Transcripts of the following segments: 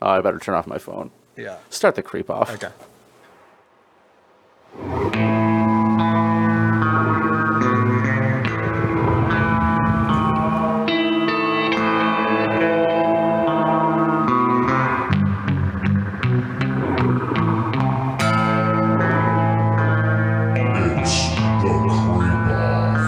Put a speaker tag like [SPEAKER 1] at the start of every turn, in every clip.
[SPEAKER 1] Oh, I better turn off my phone.
[SPEAKER 2] Yeah.
[SPEAKER 1] Start the creep off.
[SPEAKER 2] Okay.
[SPEAKER 3] It's the creep off.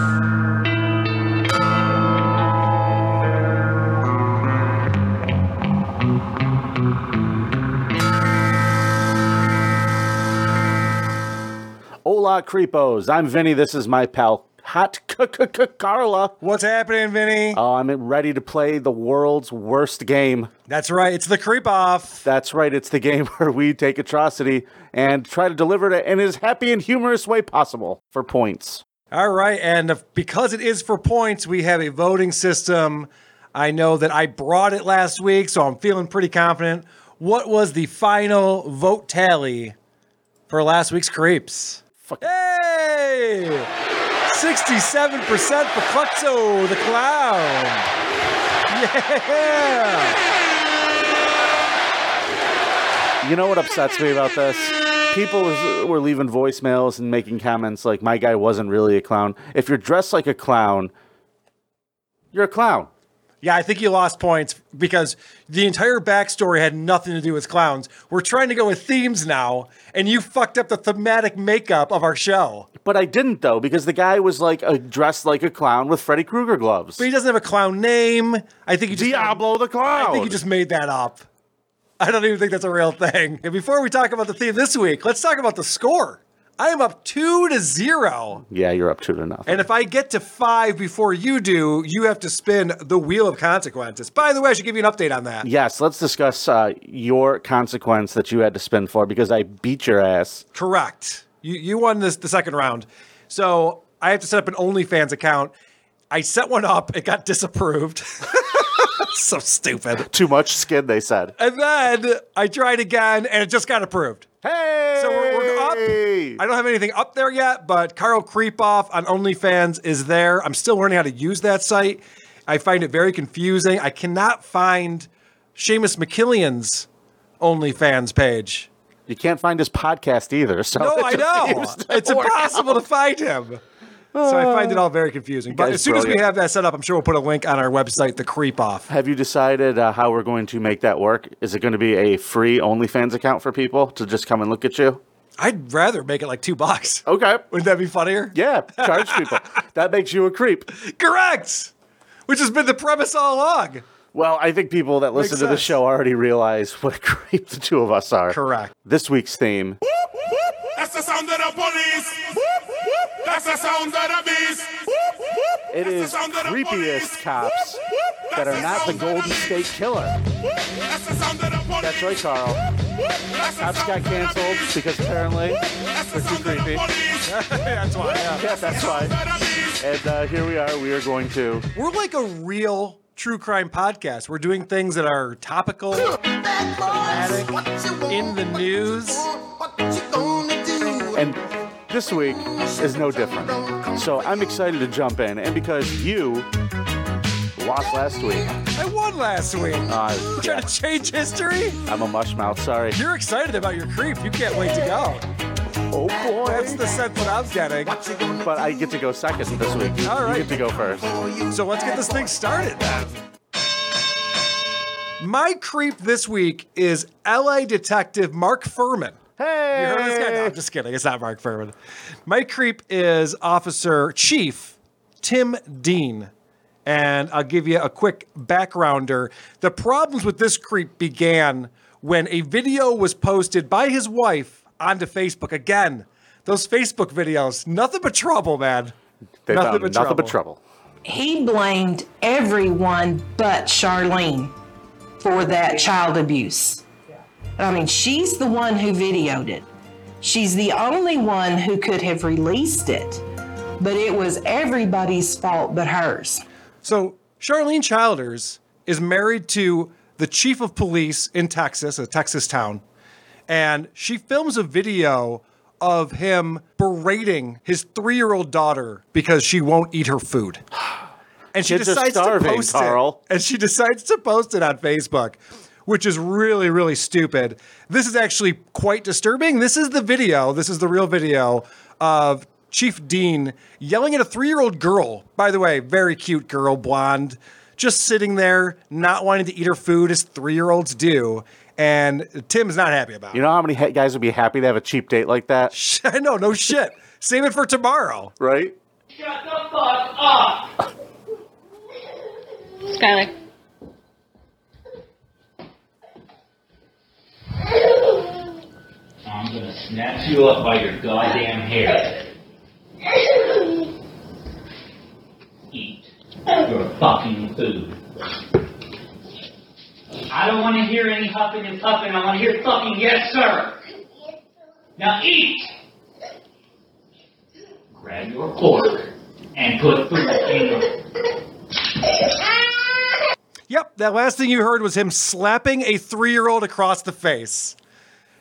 [SPEAKER 1] Hola, creepos. I'm Vinny. This is my pal, Hot c- c- c- Carla.
[SPEAKER 2] What's happening, Vinny?
[SPEAKER 1] Oh, I'm ready to play the world's worst game.
[SPEAKER 2] That's right. It's the creep off.
[SPEAKER 1] That's right. It's the game where we take atrocity and try to deliver it in as happy and humorous way possible for points.
[SPEAKER 2] All right. And if- because it is for points, we have a voting system. I know that I brought it last week, so I'm feeling pretty confident. What was the final vote tally for last week's creeps?
[SPEAKER 1] Fuck.
[SPEAKER 2] Hey! 67% for Cluxo the Clown. Yeah!
[SPEAKER 1] You know what upsets me about this? People was- were leaving voicemails and making comments like, my guy wasn't really a clown. If you're dressed like a clown, you're a clown.
[SPEAKER 2] Yeah, I think you lost points because the entire backstory had nothing to do with clowns. We're trying to go with themes now, and you fucked up the thematic makeup of our show.
[SPEAKER 1] But I didn't, though, because the guy was like a, dressed like a clown with Freddy Krueger gloves.
[SPEAKER 2] But he doesn't have a clown name. I think you just
[SPEAKER 1] Diablo the clown.
[SPEAKER 2] I think you just made that up. I don't even think that's a real thing. And before we talk about the theme this week, let's talk about the score. I am up two to zero.
[SPEAKER 1] yeah, you're up two to nothing.
[SPEAKER 2] And if I get to five before you do, you have to spin the wheel of consequences. By the way, I should give you an update on that.
[SPEAKER 1] yes, let's discuss uh, your consequence that you had to spin for because I beat your ass.
[SPEAKER 2] Correct. You you won this the second round. So I have to set up an OnlyFans account. I set one up, it got disapproved. so stupid.
[SPEAKER 1] Too much skin, they said.
[SPEAKER 2] And then I tried again and it just got approved.
[SPEAKER 1] Hey!
[SPEAKER 2] So we're, we're up. I don't have anything up there yet, but Carl Creepoff on OnlyFans is there. I'm still learning how to use that site. I find it very confusing. I cannot find Seamus McKillian's OnlyFans page.
[SPEAKER 1] you can't find his podcast either. So
[SPEAKER 2] No,
[SPEAKER 1] it
[SPEAKER 2] I
[SPEAKER 1] just
[SPEAKER 2] know.
[SPEAKER 1] seems to
[SPEAKER 2] It's
[SPEAKER 1] work
[SPEAKER 2] impossible to find him. So I find it all very confusing. But
[SPEAKER 1] guy's
[SPEAKER 2] as soon as we
[SPEAKER 1] brilliant.
[SPEAKER 2] have that set up, I'm sure we'll put a link on our website, The Creep Off.
[SPEAKER 1] Have you decided uh, how we're going to make that work? Is it going to be a free OnlyFans account for people to just come and look at you?
[SPEAKER 2] I'd rather make it like two bucks.
[SPEAKER 1] Okay.
[SPEAKER 2] Wouldn't that be funnier?
[SPEAKER 1] Oh. Yeah, charge people. That makes you a creep.
[SPEAKER 2] Correct. Which has been the premise all along.
[SPEAKER 1] Well, I think people that listen to the
[SPEAKER 2] sense.
[SPEAKER 1] show already realize what a creep the two of us are.
[SPEAKER 2] Correct.
[SPEAKER 1] This week's theme
[SPEAKER 3] That's the sound of the police. That's the sound of the beast.
[SPEAKER 1] it is creepiest cops that are not the Golden State Killer.
[SPEAKER 3] That's the sound of the police.
[SPEAKER 1] That's right, Carl.
[SPEAKER 3] That's the
[SPEAKER 1] Cops got
[SPEAKER 3] sound of the
[SPEAKER 1] canceled
[SPEAKER 3] beast.
[SPEAKER 1] because apparently,
[SPEAKER 3] That's the
[SPEAKER 1] They're too
[SPEAKER 3] sound of
[SPEAKER 1] creepy.
[SPEAKER 3] the police.
[SPEAKER 2] That's why. Yeah.
[SPEAKER 1] yeah, that's why.
[SPEAKER 3] That's the beast.
[SPEAKER 1] And uh, here we are. We are going to
[SPEAKER 2] We're like a real true crime podcast. We're doing things that are topical.
[SPEAKER 4] in the news.
[SPEAKER 1] And this week is no different. So I'm excited to jump in. And because you lost last week,
[SPEAKER 2] I won last week.
[SPEAKER 1] uh,
[SPEAKER 2] We're
[SPEAKER 1] yeah,
[SPEAKER 2] trying to change history.
[SPEAKER 1] I'm a mush mouth. Sorry.
[SPEAKER 2] You're excited about your creep. You can't wait to go.
[SPEAKER 1] Oh
[SPEAKER 2] That's the sense that I'm getting.
[SPEAKER 1] But I get to go second this week. You-
[SPEAKER 2] All right.
[SPEAKER 1] You get to go first.
[SPEAKER 2] So let's get this thing started then. My creep this week is LA detective Mark Furman. You heard of this guy? No,
[SPEAKER 1] Hey!
[SPEAKER 2] I'm just kidding. It's not Mark Furman. My creep is Officer Chief Tim Dean. And I'll give you a quick backgrounder. The problems with this creep began when a video was posted by his wife onto Facebook. Again, those Facebook videos, nothing but trouble, man.
[SPEAKER 1] They
[SPEAKER 2] Nothing
[SPEAKER 1] found
[SPEAKER 2] but
[SPEAKER 1] nothing but trouble.
[SPEAKER 5] he blamed everyone but Charlene for that child abuse. I mean, she's the one who videoed it. She's the only one who could have released it. But it was everybody's fault but hers.
[SPEAKER 2] So Charlene Childers is married to the chief of police in Texas, a Texas town, and she films a video of him berating his three-year-old daughter because she won't eat her food. And she
[SPEAKER 1] Kids are
[SPEAKER 2] decides
[SPEAKER 1] starving,
[SPEAKER 2] to post
[SPEAKER 1] Carl.
[SPEAKER 2] it. And she decides to post it on Facebook, which is really, really stupid. This is actually quite disturbing. This is the video, this is the real video of Chief Dean yelling at a three year old girl. By the way, very cute girl, blonde, just sitting there, not wanting to eat her food as three year olds do. And Tim's not happy about it.
[SPEAKER 1] You know how many ha- guys would be happy to have a cheap date like that,
[SPEAKER 2] I know, no shit. Save it for tomorrow.
[SPEAKER 1] right?
[SPEAKER 4] Shut the fuck up!
[SPEAKER 6] Skylar.
[SPEAKER 7] I'm gonna snatch you up by your goddamn hair. Eat your fucking food. I don't wanna hear any huffing and puffing, I wanna hear fucking yes, sir! Now eat! Grab your fork and put food in your
[SPEAKER 2] Yep, that last thing you heard was him slapping a three year old across the face.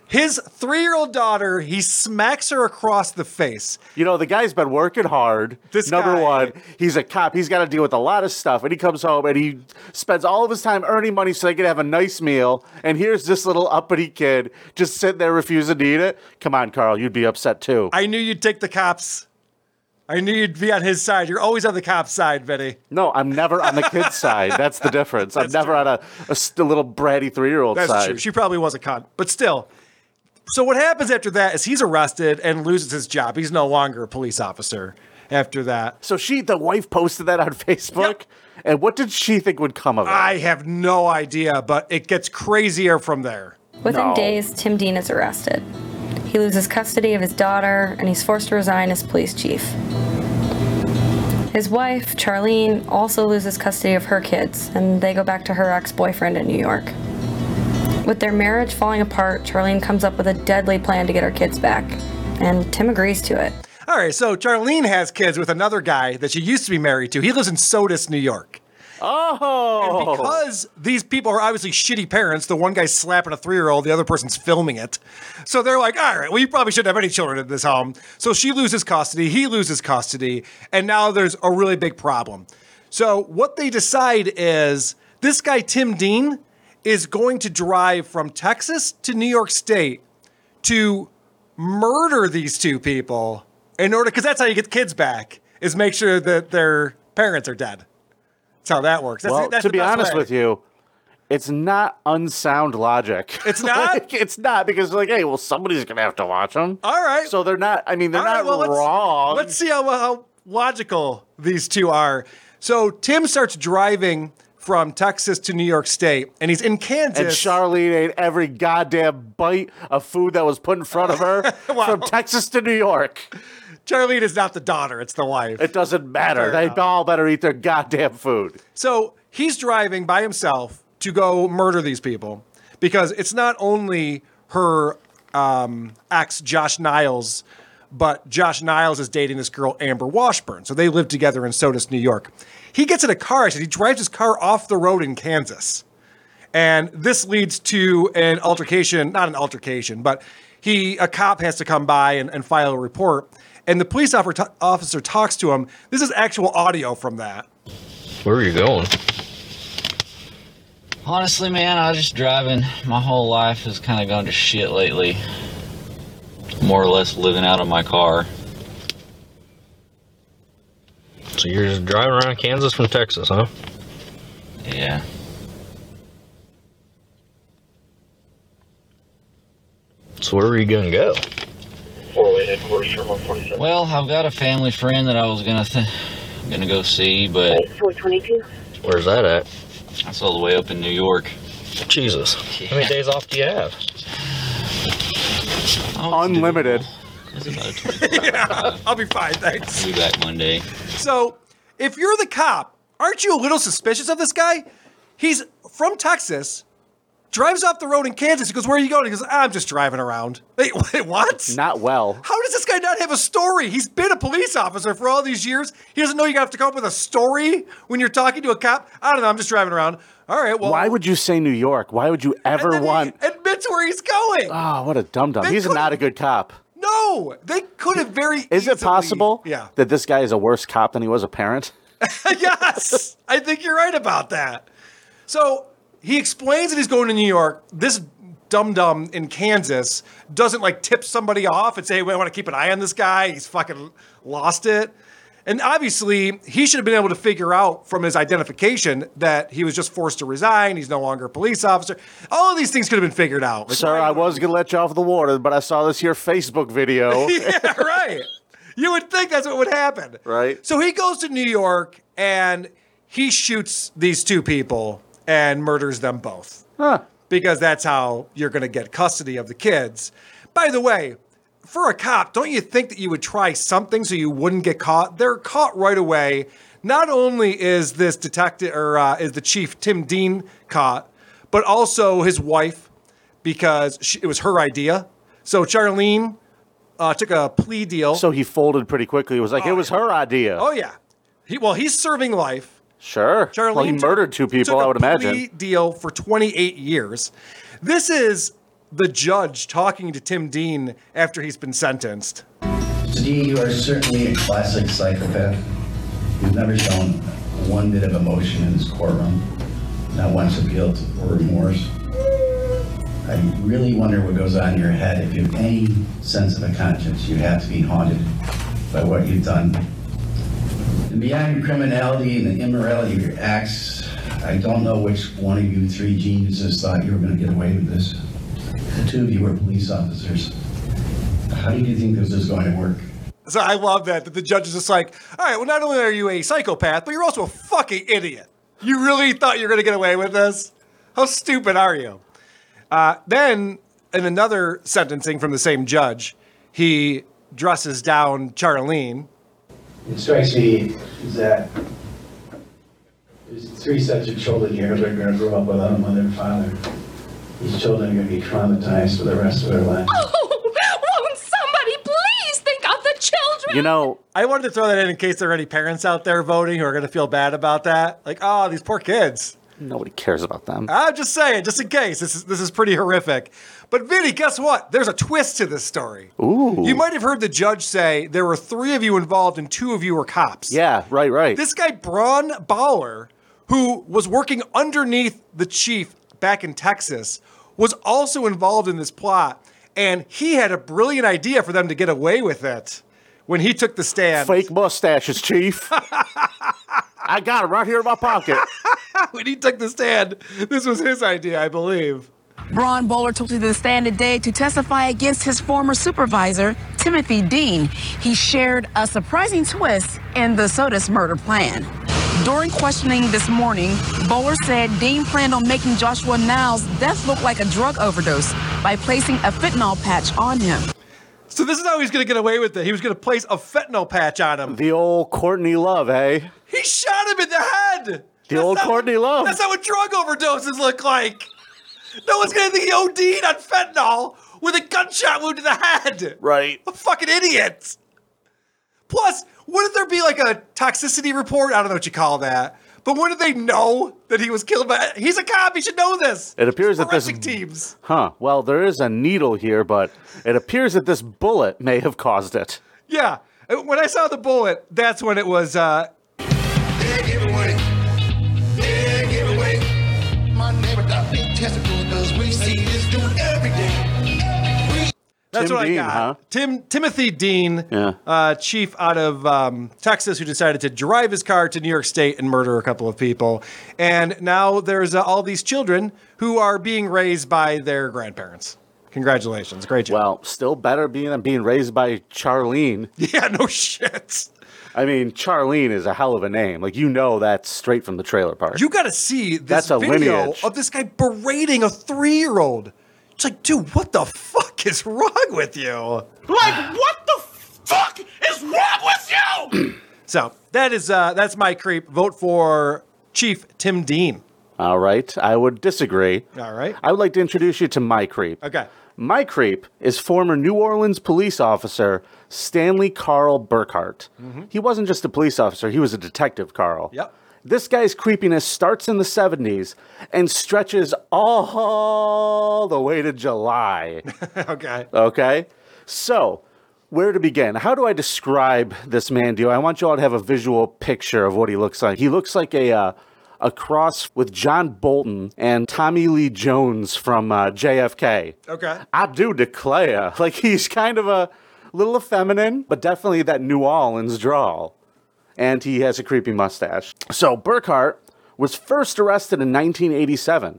[SPEAKER 2] His three year old daughter, he smacks her across the face.
[SPEAKER 1] You know, the guy's been working hard.
[SPEAKER 2] This
[SPEAKER 1] number
[SPEAKER 2] guy-
[SPEAKER 1] one, he's a cop. He's got to deal with a lot of stuff, and he comes home and he spends all of his time earning money so they can have a nice meal. And here's this little uppity kid just sitting there refusing to eat it. Come on, Carl, you'd be upset too.
[SPEAKER 2] I knew you'd take the cops. I knew you'd be on his side. You're always on the cop's side, Betty.
[SPEAKER 1] no, I'm never on the kid's side. That's the difference. I'm never on a, a s- a little bratty three year old
[SPEAKER 2] That's
[SPEAKER 1] side.
[SPEAKER 2] true. She probably was a cunt, but still. So what happens after that is he's arrested and loses his job. He's no longer a police officer after that.
[SPEAKER 1] so she, the wife, posted that on Facebook. And what did she think would come of it?
[SPEAKER 2] I have no idea, but it gets crazier from there.
[SPEAKER 8] Within
[SPEAKER 1] No.
[SPEAKER 8] days, Tim Dean is arrested. He loses custody of his daughter and he's forced to resign as police chief. His wife, Charlene, also loses custody of her kids, and they go back to her ex boyfriend in New York. With their marriage falling apart, Charlene comes up with a deadly plan to get her kids back, and Tim agrees to it.
[SPEAKER 2] All right, so Charlene has kids with another guy that she used to be married to. He lives in Sodus, New York.
[SPEAKER 1] oh,
[SPEAKER 2] Because these people are obviously shitty parents, the one guy's slapping a three year old, the other person's filming it. So they're like, all right, well, you probably shouldn't have any children in this home. So she loses custody, he loses custody, and now there's a really big problem. So what they decide is this guy, Tim Dean, is going to drive from Texas to New York State to murder these two people in order because that's how you get the kids back is make sure that their parents are dead. That's how that works. That's,
[SPEAKER 1] Well,
[SPEAKER 2] that's
[SPEAKER 1] to
[SPEAKER 2] the
[SPEAKER 1] be
[SPEAKER 2] best
[SPEAKER 1] honest
[SPEAKER 2] way.
[SPEAKER 1] with you, it's not unsound logic.
[SPEAKER 2] It's not?
[SPEAKER 1] Like, it's not because like, hey, well, somebody's gonna have to watch them.
[SPEAKER 2] All right.
[SPEAKER 1] So they're not. I mean, they're
[SPEAKER 2] All right,
[SPEAKER 1] not
[SPEAKER 2] well, let's-
[SPEAKER 1] wrong.
[SPEAKER 2] Let's see how, how logical these two are. So Tim starts driving from Texas to New York State, and he's in Kansas.
[SPEAKER 1] and Charlene ate every goddamn bite of food that was put in front of her from Texas to New York.
[SPEAKER 2] Charlene is not the daughter; it's the wife.
[SPEAKER 1] It doesn't matter. They all better eat their goddamn food.
[SPEAKER 2] So he's driving by himself to go murder these people because it's not only her um, ex, Josh Niles, but Josh Niles is dating this girl, Amber Washburn. So they live together in Sodus, New York. He gets in a car accident. He drives his car off the road in Kansas. And this leads to an altercation, not an altercation, but he a cop has to come by and, and file a report. And the police offer- officer talks to him. This is actual audio from that.
[SPEAKER 9] Where are you going?
[SPEAKER 7] Honestly, man, I was just driving. My whole life has kind of gone to shit lately. More or less living out of my car.
[SPEAKER 9] So you're just driving around Kansas from Texas, huh?
[SPEAKER 7] Yeah.
[SPEAKER 9] So where are you gonna go?
[SPEAKER 7] Well, I've got a family friend that I was gonna th- gonna go see, but
[SPEAKER 4] 422.
[SPEAKER 9] Where's that at?
[SPEAKER 7] that's all the way up in New York.
[SPEAKER 9] Jesus. How many days off do you have?
[SPEAKER 7] Oh, it's
[SPEAKER 1] Unlimited.
[SPEAKER 7] doable. It's about a 24 hour drive.
[SPEAKER 2] I'll be fine, thanks.
[SPEAKER 7] I'll be back Monday.
[SPEAKER 2] So, if you're the cop, aren't you a little suspicious of this guy? He's from Texas, drives off the road in Kansas. He goes, Where are you going? He goes, I'm just driving around. Wait, wait what?
[SPEAKER 1] Not well.
[SPEAKER 2] How does this guy not have a story? He's been a police officer for all these years. He doesn't know you have to come up with a story when you're talking to a cop. I don't know. I'm just driving around. All right, well.
[SPEAKER 1] Why would you say New York? Why would you
[SPEAKER 2] and
[SPEAKER 1] ever
[SPEAKER 2] then he
[SPEAKER 1] want?
[SPEAKER 2] admits where he's going.
[SPEAKER 1] Oh, what a dum dum.
[SPEAKER 2] They
[SPEAKER 1] He's
[SPEAKER 2] couldn't-
[SPEAKER 1] not a good cop.
[SPEAKER 2] no, they could have very.
[SPEAKER 1] Is it
[SPEAKER 2] easily-
[SPEAKER 1] possible
[SPEAKER 2] Yeah.
[SPEAKER 1] that this guy is a worse cop than he was a parent?
[SPEAKER 2] yes, I think you're right about that. So he explains that he's going to New York. This dum dum in Kansas doesn't like tip somebody off and say, "Hey, we want to keep an eye on this guy. He's fucking lost it." And obviously, he should have been able to figure out from his identification that he was just forced to resign. He's no longer a police officer. All of these things could have been figured out. Like,
[SPEAKER 1] Sir, I was gonna let you off the water, but I saw this here Facebook video.
[SPEAKER 2] yeah, right. You would think that's what would happen.
[SPEAKER 1] Right.
[SPEAKER 2] So he goes to New York and he shoots these two people and murders them both.
[SPEAKER 1] Huh.
[SPEAKER 2] Because that's how you're going to get custody of the kids. By the way, for a cop, don't you think that you would try something so you wouldn't get caught? They're caught right away. Not only is this detective or uh, is the chief Tim Dean caught, but also his wife because she, it was her idea. So Charlene uh, took a plea deal.
[SPEAKER 1] So he folded pretty quickly. It was like it was her idea.
[SPEAKER 2] oh yeah, he well he's serving life.
[SPEAKER 1] Sure.
[SPEAKER 2] Charlene
[SPEAKER 1] well, he
[SPEAKER 2] took-
[SPEAKER 1] murdered two people,
[SPEAKER 2] took
[SPEAKER 1] I
[SPEAKER 2] a
[SPEAKER 1] would imagine.
[SPEAKER 2] plea deal for 28 years. This is the judge talking to Tim Dean after he's been sentenced.
[SPEAKER 6] Dee, you are certainly a classic psychopath. You've never shown one bit of emotion in this courtroom, not once appealed for remorse. I really wonder what goes on in your head. If you have any sense of a conscience, you have to be haunted by what you've done. And beyond your criminality and the immorality of your acts, I don't know which one of you three geniuses thought you were going to get away with this. The two of you were police officers. How do you think this is going to work?
[SPEAKER 2] So I love that that the judge is just like, all right, well, not only are you a psychopath, but you're also a fucking idiot. You really thought you were gonna get away with this? How stupid are you? Uh, then, in another sentencing from the same judge, he dresses down Charlene.
[SPEAKER 6] It strikes me that there's three sets of children here that are going to grow up without a mother and father. These children are going to be traumatized for the rest of their lives.
[SPEAKER 10] Won't somebody please think of the children?
[SPEAKER 1] you know,
[SPEAKER 2] I wanted to throw that in in case there are any parents out there voting who are gonna feel bad about that. Like, oh, these poor kids.
[SPEAKER 1] nobody cares about them.
[SPEAKER 2] I'm just saying, just in case. This is this is pretty horrific. But Vinny, guess what? There's a twist to this story.
[SPEAKER 1] Ooh.
[SPEAKER 2] You might have heard the judge say there were three of you involved and two of you were cops.
[SPEAKER 1] yeah, right, right.
[SPEAKER 2] This guy, Braun Bauer, who was working underneath the chief back in Texas, was also involved in this plot. And he had a brilliant idea for them to get away with it when he took the stand.
[SPEAKER 1] Fake mustaches, Chief. I got him right here in my pocket.
[SPEAKER 2] When he took the stand, this was his idea, I believe.
[SPEAKER 10] Ron Bowler took to the stand today to testify against his former supervisor, Timothy Dean. He shared a surprising twist in the Sodas murder plan. During questioning this morning, Bowler said Dean planned on making Joshua Niles' death look like a drug overdose by placing a fentanyl patch on him.
[SPEAKER 2] So this is how he's going to get away with it. He was going to place a fentanyl patch on him.
[SPEAKER 1] The old Courtney Love, hey?
[SPEAKER 2] He shot him in the head.
[SPEAKER 1] The old
[SPEAKER 2] not-
[SPEAKER 1] Courtney Love.
[SPEAKER 2] That's not what drug overdoses look like. No one's gonna think he OD'd on fentanyl with a gunshot wound to the head.
[SPEAKER 1] Right.
[SPEAKER 2] A fucking idiot. Plus, wouldn't there be like a toxicity report? I don't know what you call that. But wouldn't they know that he was killed by? He's a cop. He should know this.
[SPEAKER 1] It appears that this-
[SPEAKER 2] Forensic teams.
[SPEAKER 1] Huh. Well, there is a needle here, but it appears that this bullet may have caused it.
[SPEAKER 2] Yeah. Uh, When I saw the bullet, that's when it was. uh
[SPEAKER 3] Big giveaway. Big giveaway. My neighbor got big testicles because we see this dude every day. We
[SPEAKER 2] That's
[SPEAKER 1] Tim
[SPEAKER 2] what
[SPEAKER 1] Dean,
[SPEAKER 2] I got.
[SPEAKER 1] huh?
[SPEAKER 2] Tim Timothy Dean,
[SPEAKER 1] Yeah.
[SPEAKER 2] uh, chief out of um, Texas, who decided to drive his car to New York State and murder a couple of people, and now there's uh, all these children who are being raised by their grandparents. Congratulations, great job.
[SPEAKER 1] Well, still better being than being raised by Charlene.
[SPEAKER 2] yeah, no shit.
[SPEAKER 1] I mean, Charlene is a hell of a name. Like you know that's straight from the trailer park.
[SPEAKER 2] You got to see this
[SPEAKER 1] That's a
[SPEAKER 2] video
[SPEAKER 1] lineage.
[SPEAKER 2] of this guy berating a three-year-old. It's like, dude, what the fuck is wrong with you?
[SPEAKER 3] Like, what the fuck is wrong with you?
[SPEAKER 2] So that is uh, that's my creep. Vote for Chief Tim Dean.
[SPEAKER 1] All right, I would disagree.
[SPEAKER 2] All right.
[SPEAKER 1] I would like to introduce you to my creep.
[SPEAKER 2] Okay.
[SPEAKER 1] My creep is former New Orleans police officer Stanley Carl Burkhart. He wasn't just a police officer, he was a detective, Carl.
[SPEAKER 2] Mm-hmm. Yep.
[SPEAKER 1] This guy's creepiness starts in the 70s and stretches all the way to July.
[SPEAKER 2] Okay.
[SPEAKER 1] Okay. So, where to begin? How do I describe this man to you? I want you all to have a visual picture of what he looks like. He looks like a uh, a cross with John Bolton and Tommy Lee Jones from uh, JFK.
[SPEAKER 2] Okay.
[SPEAKER 1] I do declare, like he's kind of a little effeminate, but definitely that New Orleans drawl. And he has a creepy mustache. So Burkhart was first arrested in 1987.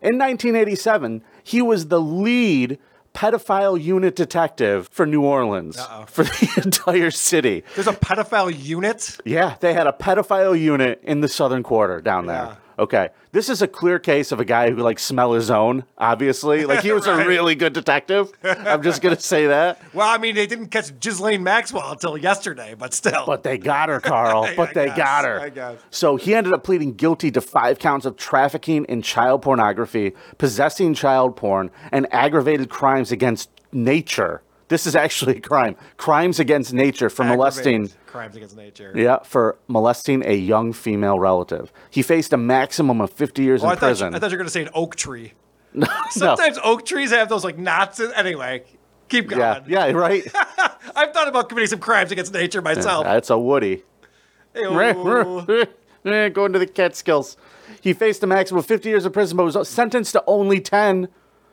[SPEAKER 1] In 1987, he was the lead pedophile unit detective for New Orleans, for the entire city.
[SPEAKER 2] There's a pedophile unit.
[SPEAKER 1] Yeah, they had a pedophile unit in the southern quarter down there. Okay, this is a clear case of a guy who like smell his own. Obviously, like he was
[SPEAKER 2] Right.
[SPEAKER 1] a really good detective. I'm just gonna say that.
[SPEAKER 2] Well, I mean, they didn't catch Ghislaine Maxwell until yesterday, but still.
[SPEAKER 1] But they got her, Carl.
[SPEAKER 2] I-
[SPEAKER 1] but
[SPEAKER 2] I
[SPEAKER 1] they
[SPEAKER 2] guess,
[SPEAKER 1] got her.
[SPEAKER 2] I guess.
[SPEAKER 1] So he ended up pleading guilty to five counts of trafficking in child pornography, possessing child porn, and aggravated crimes against nature. This is actually a crime. Crimes against nature for molesting
[SPEAKER 2] Aggravated crimes against nature.
[SPEAKER 1] Yeah, for molesting a young female relative. He faced a maximum of 50 years
[SPEAKER 2] Oh, I
[SPEAKER 1] in
[SPEAKER 2] thought, you,
[SPEAKER 1] prison.
[SPEAKER 2] I thought you were going to say an oak tree. Sometimes oak trees have those like knots. In, anyway, keep going.
[SPEAKER 1] yeah, yeah, right.
[SPEAKER 2] I've thought about committing some crimes against nature myself.
[SPEAKER 1] That's a Woody.
[SPEAKER 2] Ew.
[SPEAKER 1] Eh, Going to the Catskills. He faced a maximum of 50 years in prison, but was sentenced to only 10,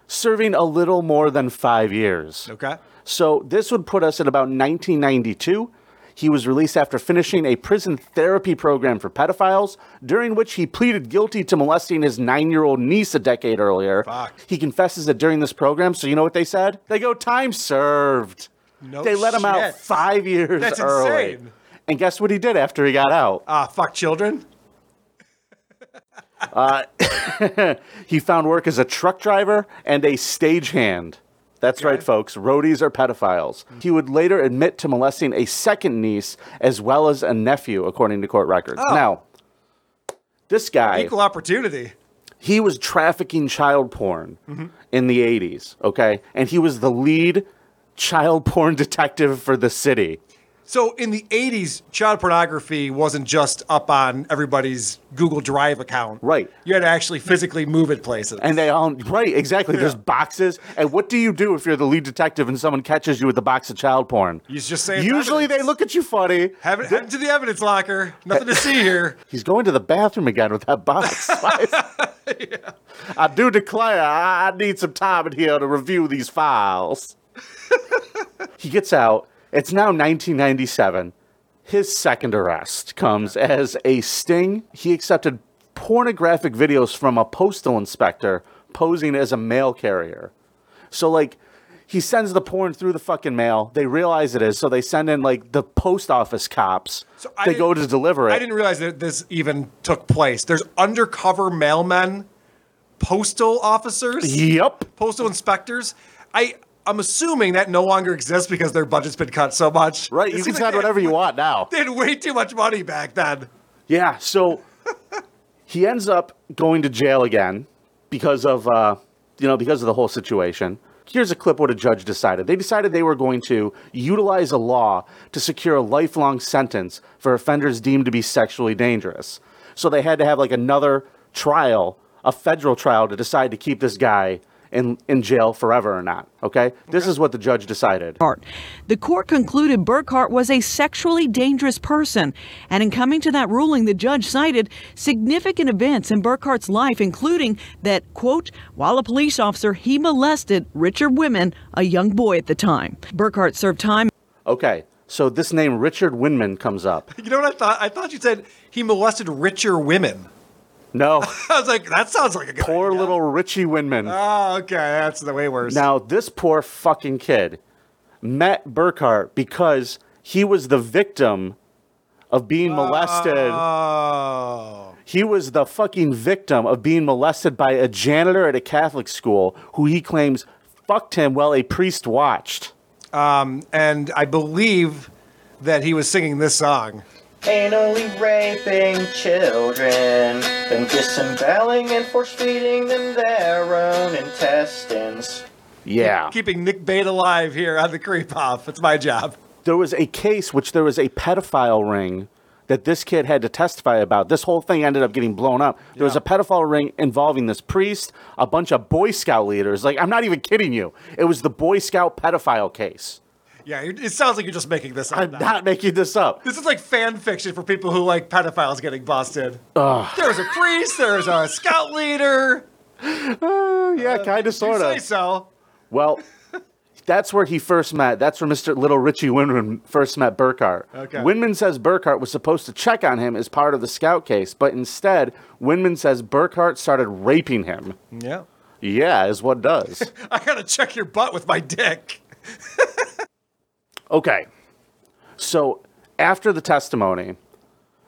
[SPEAKER 1] serving a little more than five years.
[SPEAKER 2] okay.
[SPEAKER 1] So this would put us at about 1992. He was released after finishing a prison therapy program for pedophiles, during which he pleaded guilty to molesting his nine year old niece a decade earlier.
[SPEAKER 2] Fuck.
[SPEAKER 1] He confesses that during this program, so you know what they said? They go, time served.
[SPEAKER 2] No
[SPEAKER 1] they let him
[SPEAKER 2] shit.
[SPEAKER 1] out five years
[SPEAKER 2] That's
[SPEAKER 1] early.
[SPEAKER 2] insane.
[SPEAKER 1] And guess what he did after he got out?
[SPEAKER 2] Ah, fuck children.
[SPEAKER 1] He found work as a truck driver and a stagehand. That's right, folks. Roadies are pedophiles.
[SPEAKER 2] Mm.
[SPEAKER 1] He would later admit to molesting a second niece as well as a nephew, according to court records.
[SPEAKER 2] Oh.
[SPEAKER 1] Now, this guy,
[SPEAKER 2] Equal opportunity.
[SPEAKER 1] he was trafficking child porn
[SPEAKER 2] Mm-hmm.
[SPEAKER 1] in the 80s, okay? And he was the lead child porn detective for the city.
[SPEAKER 2] So in the 80s, child pornography wasn't just up on everybody's Google Drive account.
[SPEAKER 1] Right.
[SPEAKER 2] You had to actually physically move it places.
[SPEAKER 1] And they all, right, exactly. There's boxes. And what do you do if you're the lead detective and someone catches you with a box of child porn?
[SPEAKER 2] You just say it's
[SPEAKER 1] Usually they
[SPEAKER 2] evidence.
[SPEAKER 1] look at you funny.
[SPEAKER 2] Have it, head to the evidence locker. Nothing to see here.
[SPEAKER 1] He's going to the bathroom again with that box. Why is- I do declare I, I need some time in here to review these files. he gets out. It's now 1997. His second arrest comes as a sting. He accepted pornographic videos from a postal inspector posing as a mail carrier. So, like, he sends the porn through the fucking mail. They realize it is, so they send in, like, the post office cops.
[SPEAKER 2] So I
[SPEAKER 1] they
[SPEAKER 2] didn't-
[SPEAKER 1] go to deliver it.
[SPEAKER 2] I didn't realize that this even took place. There's undercover mailmen, postal officers,
[SPEAKER 1] Yep.
[SPEAKER 2] postal inspectors. I I'm assuming that no longer exists because their budget's been cut so much.
[SPEAKER 1] Right.
[SPEAKER 2] It
[SPEAKER 1] You
[SPEAKER 2] seems
[SPEAKER 1] can send
[SPEAKER 2] like they had-
[SPEAKER 1] whatever you want now.
[SPEAKER 2] They had way too much money back then.
[SPEAKER 1] Yeah. So he ends up going to jail again because of, uh, you know, because of the whole situation. Here's a clip what a judge decided. They decided they were going to utilize a law to secure a lifelong sentence for offenders deemed to be sexually dangerous. So they had to have like another trial, a federal trial, to decide to keep this guy in, in jail forever or not. Okay? This is what the judge decided.
[SPEAKER 11] The court concluded Burkhart was a sexually dangerous person, and in coming to that ruling, the judge cited significant events in Burkhart's life, including that, quote, while a police officer, he molested Richard Women, a young boy at the time. Burkhart served time
[SPEAKER 1] Okay. So this name Richard Winman comes up.
[SPEAKER 2] You know what I thought? I thought you said he molested richer women.
[SPEAKER 1] No.
[SPEAKER 2] I was like, that sounds like a good
[SPEAKER 1] Poor
[SPEAKER 2] idea.
[SPEAKER 1] little Richie Winman.
[SPEAKER 2] Oh, okay, that's the way worse.
[SPEAKER 1] now, this poor fucking kid met Burkhart because he was the victim of being molested.
[SPEAKER 2] Oh.
[SPEAKER 1] He was the fucking victim of being molested by a janitor at a Catholic school who he claims fucked him while a priest watched.
[SPEAKER 2] And I believe that he was singing this song.
[SPEAKER 12] anally raping children, then disemboweling and force feeding them their own intestines.
[SPEAKER 1] Yeah.
[SPEAKER 2] Keeping Nick Bate alive here on the creep off. It's my job.
[SPEAKER 1] there was a case which there was a pedophile ring that this kid had to testify about. This whole thing ended up getting blown up. There was a pedophile ring involving this priest, a bunch of Boy Scout leaders. Like, I'm not even kidding you. It was the Boy Scout pedophile case.
[SPEAKER 2] Yeah, you're- it sounds like you're just making this up.
[SPEAKER 1] I'm
[SPEAKER 2] now.
[SPEAKER 1] not making this up.
[SPEAKER 2] This is like fan fiction for people who like pedophiles getting busted.
[SPEAKER 1] Ugh.
[SPEAKER 2] There was a priest. There was a scout leader.
[SPEAKER 1] yeah, kind of, sort
[SPEAKER 2] Say
[SPEAKER 1] of.
[SPEAKER 2] so.
[SPEAKER 1] Well, that's where he first met. That's where Mr. Little Richie Winman first met Burkhart.
[SPEAKER 2] Okay.
[SPEAKER 1] Winman says Burkhart was supposed to check on him as part of the scout case, but instead, Winman says Burkhart started raping him.
[SPEAKER 2] Yeah.
[SPEAKER 1] Yeah, is what does.
[SPEAKER 2] I gotta check your butt with my dick.
[SPEAKER 1] okay. So after the testimony,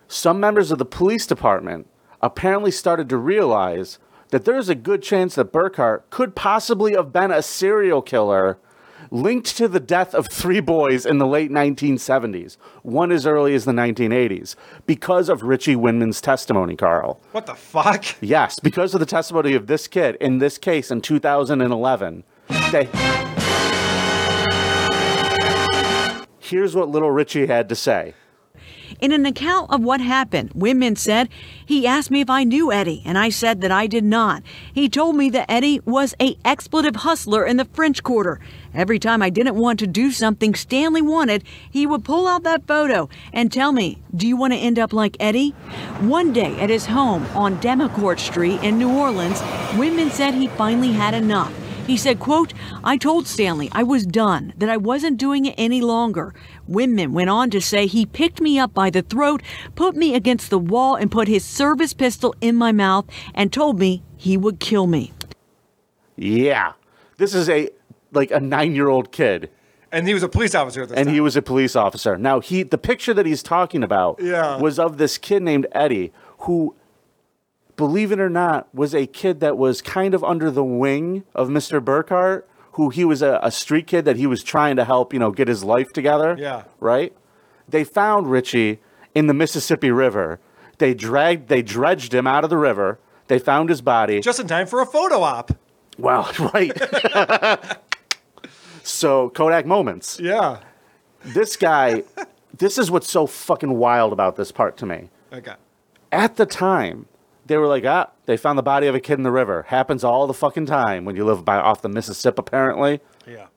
[SPEAKER 1] some members of the police department apparently started to realize that there's a good chance that Burkhart could possibly have been a serial killer linked to the death of three boys in the late 1970s, one as early as the 1980s, because of Richie Winman's testimony, Carl.
[SPEAKER 2] What the fuck?
[SPEAKER 1] Yes, because of the testimony of this kid in this case in 2011. They. Here's what little Richie had to say.
[SPEAKER 11] In an account of what happened, Winman said, He asked me if I knew Eddie, and I said that I did not. He told me that Eddie was a expletive hustler in the French Quarter. Every time I didn't want to do something Stanley wanted, he would pull out that photo and tell me, Do you want to end up like Eddie? One day at his home on Demacourt Street in New Orleans, Winman said he finally had enough. He said, quote, I told Stanley I was done, that I wasn't doing it any longer. Winman went on to say he picked me up by the throat, put me against the wall, and put his service pistol in my mouth and told me he would kill me.
[SPEAKER 1] Yeah. This is a like a nine year old kid.
[SPEAKER 2] And he was a police officer at this
[SPEAKER 1] And he was a police officer. Now he the picture that he's talking about
[SPEAKER 2] Yeah.
[SPEAKER 1] was of this kid named Eddie, who believe it or not, was a kid that was kind of under the wing of Mr. Burkhart, who he was a, a street kid that he was trying to help, you know, get his life together.
[SPEAKER 2] Yeah.
[SPEAKER 1] Right? They found Richie in the Mississippi River. They dragged they dredged him out of the river. They found his body.
[SPEAKER 2] Just in time for a photo op.
[SPEAKER 1] Wow, right. so Kodak moments.
[SPEAKER 2] Yeah.
[SPEAKER 1] This guy, this is what's so fucking wild about this part to me.
[SPEAKER 2] Okay.
[SPEAKER 1] At the time, they were like, ah, they found the body of a kid in the river. Happens all the fucking time when you live by off the Mississippi, apparently.
[SPEAKER 2] Yeah.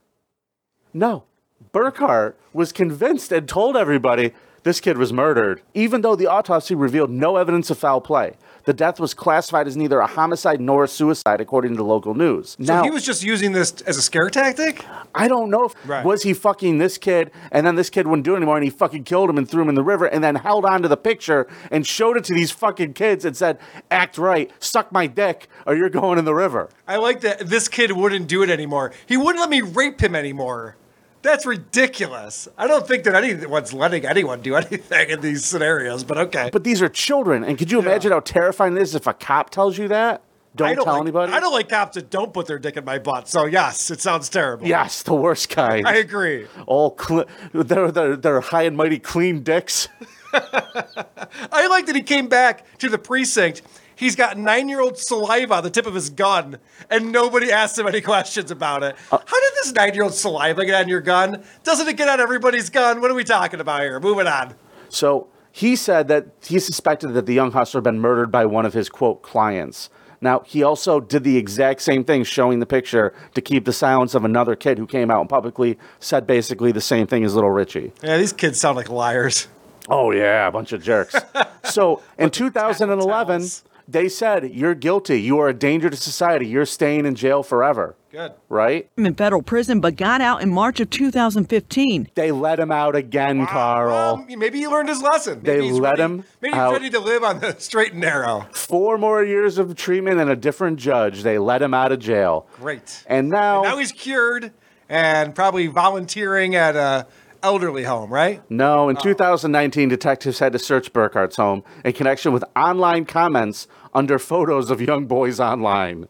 [SPEAKER 1] No. Burkhart was convinced and told everybody this kid was murdered, even though the autopsy revealed no evidence of foul play. The death was classified as neither a homicide nor a suicide, according to local news.
[SPEAKER 2] So he was just using this as a scare tactic?
[SPEAKER 1] I don't know if
[SPEAKER 2] Right.
[SPEAKER 1] was he fucking this kid, and then this kid wouldn't do it anymore, and he fucking killed him and threw him in the river, and then held on to the picture and showed it to these fucking kids and said, "Act right, suck my dick, or you're going in the river."
[SPEAKER 2] I like that this kid wouldn't do it anymore. He wouldn't let me rape him anymore. That's ridiculous. I don't think that anyone's letting anyone do anything in these scenarios, but okay.
[SPEAKER 1] But these are children, and could you imagine how terrifying it is if a cop tells you that? Don't,
[SPEAKER 2] I don't
[SPEAKER 1] tell
[SPEAKER 2] like,
[SPEAKER 1] anybody.
[SPEAKER 2] I don't like cops that don't put their dick in my butt. So yes, it sounds terrible.
[SPEAKER 1] Yes, the worst kind.
[SPEAKER 2] I agree.
[SPEAKER 1] All cle- they're, they're they're high and mighty clean dicks.
[SPEAKER 2] I like that he came back to the precinct. He's got nine-year-old saliva on the tip of his gun, and nobody asked him any questions about it.
[SPEAKER 1] Uh,
[SPEAKER 2] How did this nine-year-old saliva get on your gun? Doesn't it get on everybody's gun? What are we talking about here? Moving on.
[SPEAKER 1] So he said that he suspected that the young hustler had been murdered by one of his quote clients. Now he also did the exact same thing, showing the picture to keep the silence of another kid who came out and publicly said basically the same thing as little Richie.
[SPEAKER 2] Yeah, these kids sound like liars.
[SPEAKER 1] Oh yeah, a bunch of jerks. so in 2011, they said you're guilty. You are a danger to society. You're staying in jail forever.
[SPEAKER 2] Good.
[SPEAKER 1] Right?
[SPEAKER 11] I'm in federal prison, but got out in March of 2015.
[SPEAKER 1] They let him out again, Carl.
[SPEAKER 2] Maybe he learned his lesson.
[SPEAKER 1] They
[SPEAKER 2] Maybe he's
[SPEAKER 1] let
[SPEAKER 2] ready-
[SPEAKER 1] him
[SPEAKER 2] Maybe he's
[SPEAKER 1] out.
[SPEAKER 2] ready to live on the straight and narrow.
[SPEAKER 1] Four more years of treatment and a different judge. They let him out of jail.
[SPEAKER 2] Great.
[SPEAKER 1] And now,
[SPEAKER 2] Now he's cured and probably volunteering at a elderly home, right?
[SPEAKER 1] no,
[SPEAKER 2] Oh.
[SPEAKER 1] in 2019, detectives had to search Burkhart's home in connection with online comments under photos of young boys online.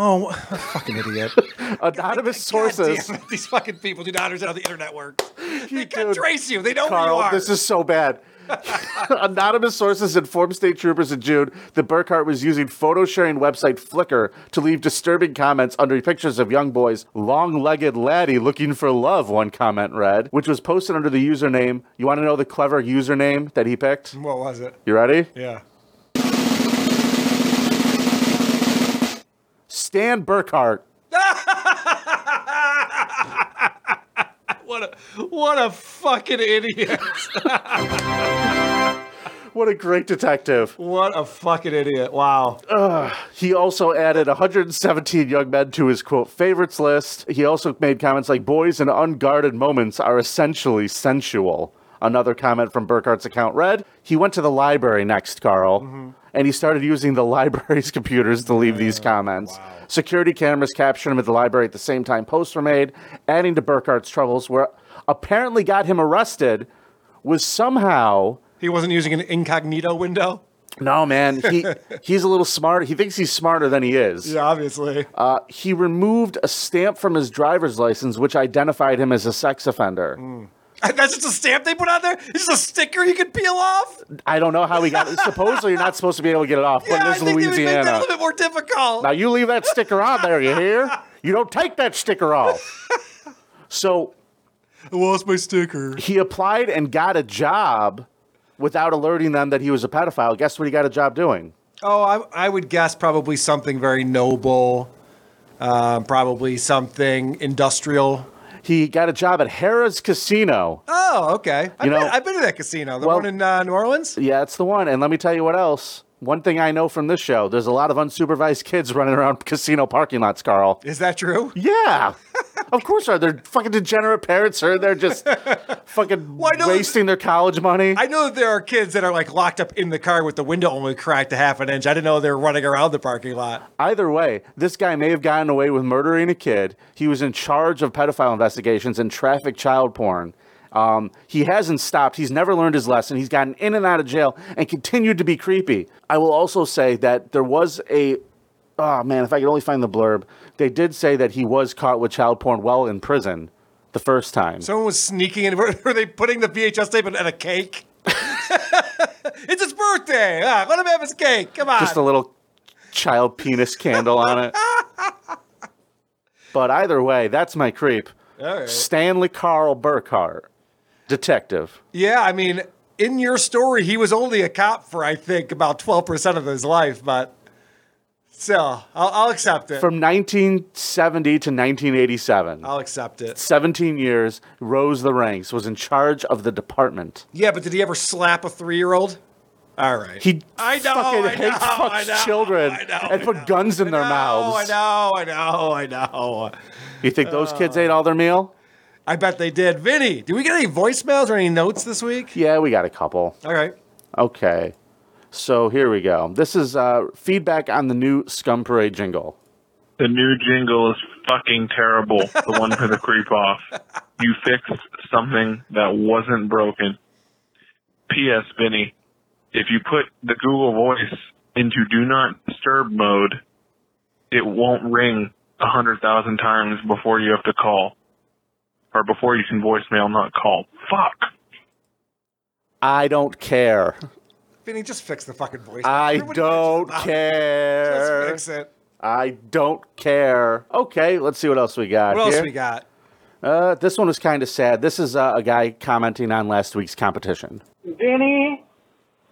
[SPEAKER 2] Oh, fucking idiot.
[SPEAKER 1] Anonymous sources.
[SPEAKER 2] Damn it, these fucking people do not understand how the internet works. They can trace you. They know who
[SPEAKER 1] Carl,
[SPEAKER 2] you are.
[SPEAKER 1] this is so bad. Anonymous sources informed state troopers in June that Burkhart was using photo sharing website Flickr to leave disturbing comments under pictures of young boys. Long legged laddie looking for love, one comment read, which was posted under the username. You want to know the clever username that he picked?
[SPEAKER 2] what was it?
[SPEAKER 1] You ready?
[SPEAKER 2] Yeah.
[SPEAKER 1] Stan Burkhart.
[SPEAKER 2] What what a what a fucking idiot.
[SPEAKER 1] What a great detective.
[SPEAKER 2] What a fucking idiot. Wow.
[SPEAKER 1] he also added 117 young men to his quote favorites list. He also made comments like boys in unguarded moments are essentially sensual. Another comment from Burkhart's account read, he went to the library next, Carl, and he started using the library's computers to leave these comments. Security cameras captured him at the library at the same time posts were made, adding to Burkhart's troubles, where apparently got him arrested, was somehow
[SPEAKER 2] He wasn't using an incognito window.
[SPEAKER 1] no, man. He he's a little smarter. He thinks he's smarter than he is.
[SPEAKER 2] Yeah, obviously.
[SPEAKER 1] Uh, he removed a stamp from his driver's license, which identified him as a sex offender.
[SPEAKER 2] Mm. That's just a stamp they put on there. It's just a sticker you could peel off.
[SPEAKER 1] I don't know how he got. supposedly, you're not supposed to be able to get it off, but
[SPEAKER 2] I
[SPEAKER 1] this is
[SPEAKER 2] think they would make that a
[SPEAKER 1] Louisiana.
[SPEAKER 2] little bit more difficult.
[SPEAKER 1] Now you leave that sticker on there. You hear? You don't take that sticker off. So
[SPEAKER 2] I lost my sticker.
[SPEAKER 1] he applied and got a job without alerting them that he was a pedophile. Guess what he got a job doing?
[SPEAKER 2] Oh, I, I would guess probably something very noble, um, probably something industrial.
[SPEAKER 1] He got a job at Harrah's Casino.
[SPEAKER 2] Oh, okay. I've,
[SPEAKER 1] You know-
[SPEAKER 2] been, I've been to that casino, the
[SPEAKER 1] Well-
[SPEAKER 2] one in uh, New Orleans.
[SPEAKER 1] Yeah, it's the one. And let me tell you what else. One thing I know from this show, there's a lot of unsupervised kids running around casino parking lots, Carl.
[SPEAKER 2] Is that true?
[SPEAKER 1] Yeah. of course they are. They're fucking degenerate parents are they're just fucking
[SPEAKER 2] Why don't-
[SPEAKER 1] wasting their college money.
[SPEAKER 2] I know that there are kids that are like locked up in the car with the window only cracked a half an inch. I didn't know they were running around the parking lot.
[SPEAKER 1] Either way, this guy may have gotten away with murdering a kid. He was in charge of pedophile investigations and traffic child porn. Um, he hasn't stopped. He's never learned his lesson. He's gotten in and out of jail and continued to be creepy. I will also say that there was a. Oh, man, if I could only find the blurb. They did say that he was caught with child porn while in prison the first time.
[SPEAKER 2] Someone was sneaking in. Were, were they putting the VHS tape in, in a cake? it's his birthday. Ah, let him have his cake. Come on.
[SPEAKER 1] just a little child penis candle on it. But either way, that's my creep.
[SPEAKER 2] All right.
[SPEAKER 1] Stanley Carl Burkhart, detective.
[SPEAKER 2] Yeah, I mean, in your story, he was only a cop for I think about twelve percent of his life, but still, I'll, I'll accept it.
[SPEAKER 1] From 1970 to 1987,
[SPEAKER 2] I'll accept it.
[SPEAKER 1] 17 years, rose the ranks, was in charge of the department.
[SPEAKER 2] Yeah, but did he ever slap a three-year-old? All right.
[SPEAKER 1] He
[SPEAKER 2] I know,
[SPEAKER 1] fucking
[SPEAKER 2] I
[SPEAKER 1] hate
[SPEAKER 2] know,
[SPEAKER 1] fucks
[SPEAKER 2] I know,
[SPEAKER 1] children
[SPEAKER 2] I know,
[SPEAKER 1] and put guns in their
[SPEAKER 2] Oh, I
[SPEAKER 1] mouths.
[SPEAKER 2] know, I know, I know.
[SPEAKER 1] You think those kids ate all their meal?
[SPEAKER 2] I bet they did. Vinny, did we get any voicemails or any notes this week?
[SPEAKER 1] Yeah, we got a couple.
[SPEAKER 2] All right.
[SPEAKER 1] Okay. So here we go. This is uh, feedback on the new Scum Parade jingle.
[SPEAKER 13] The new jingle is fucking terrible. The one for the creep off. You fixed something that wasn't broken. P.S. Vinny, if you put the Google Voice into Do Not Disturb mode, it won't ring a hundred thousand times before you have to call, or before you can voicemail, not call. Fuck.
[SPEAKER 1] I don't care.
[SPEAKER 2] Vinny, just fix the fucking voice.
[SPEAKER 1] I
[SPEAKER 2] Everybody-
[SPEAKER 1] don't
[SPEAKER 2] Just
[SPEAKER 1] care.
[SPEAKER 2] fix it.
[SPEAKER 1] I don't care. Okay, let's see what else we got.
[SPEAKER 2] What else
[SPEAKER 1] here.
[SPEAKER 2] we got?
[SPEAKER 1] Uh, this one was kind of sad. This is uh, a guy commenting on last week's competition.
[SPEAKER 14] Vinny,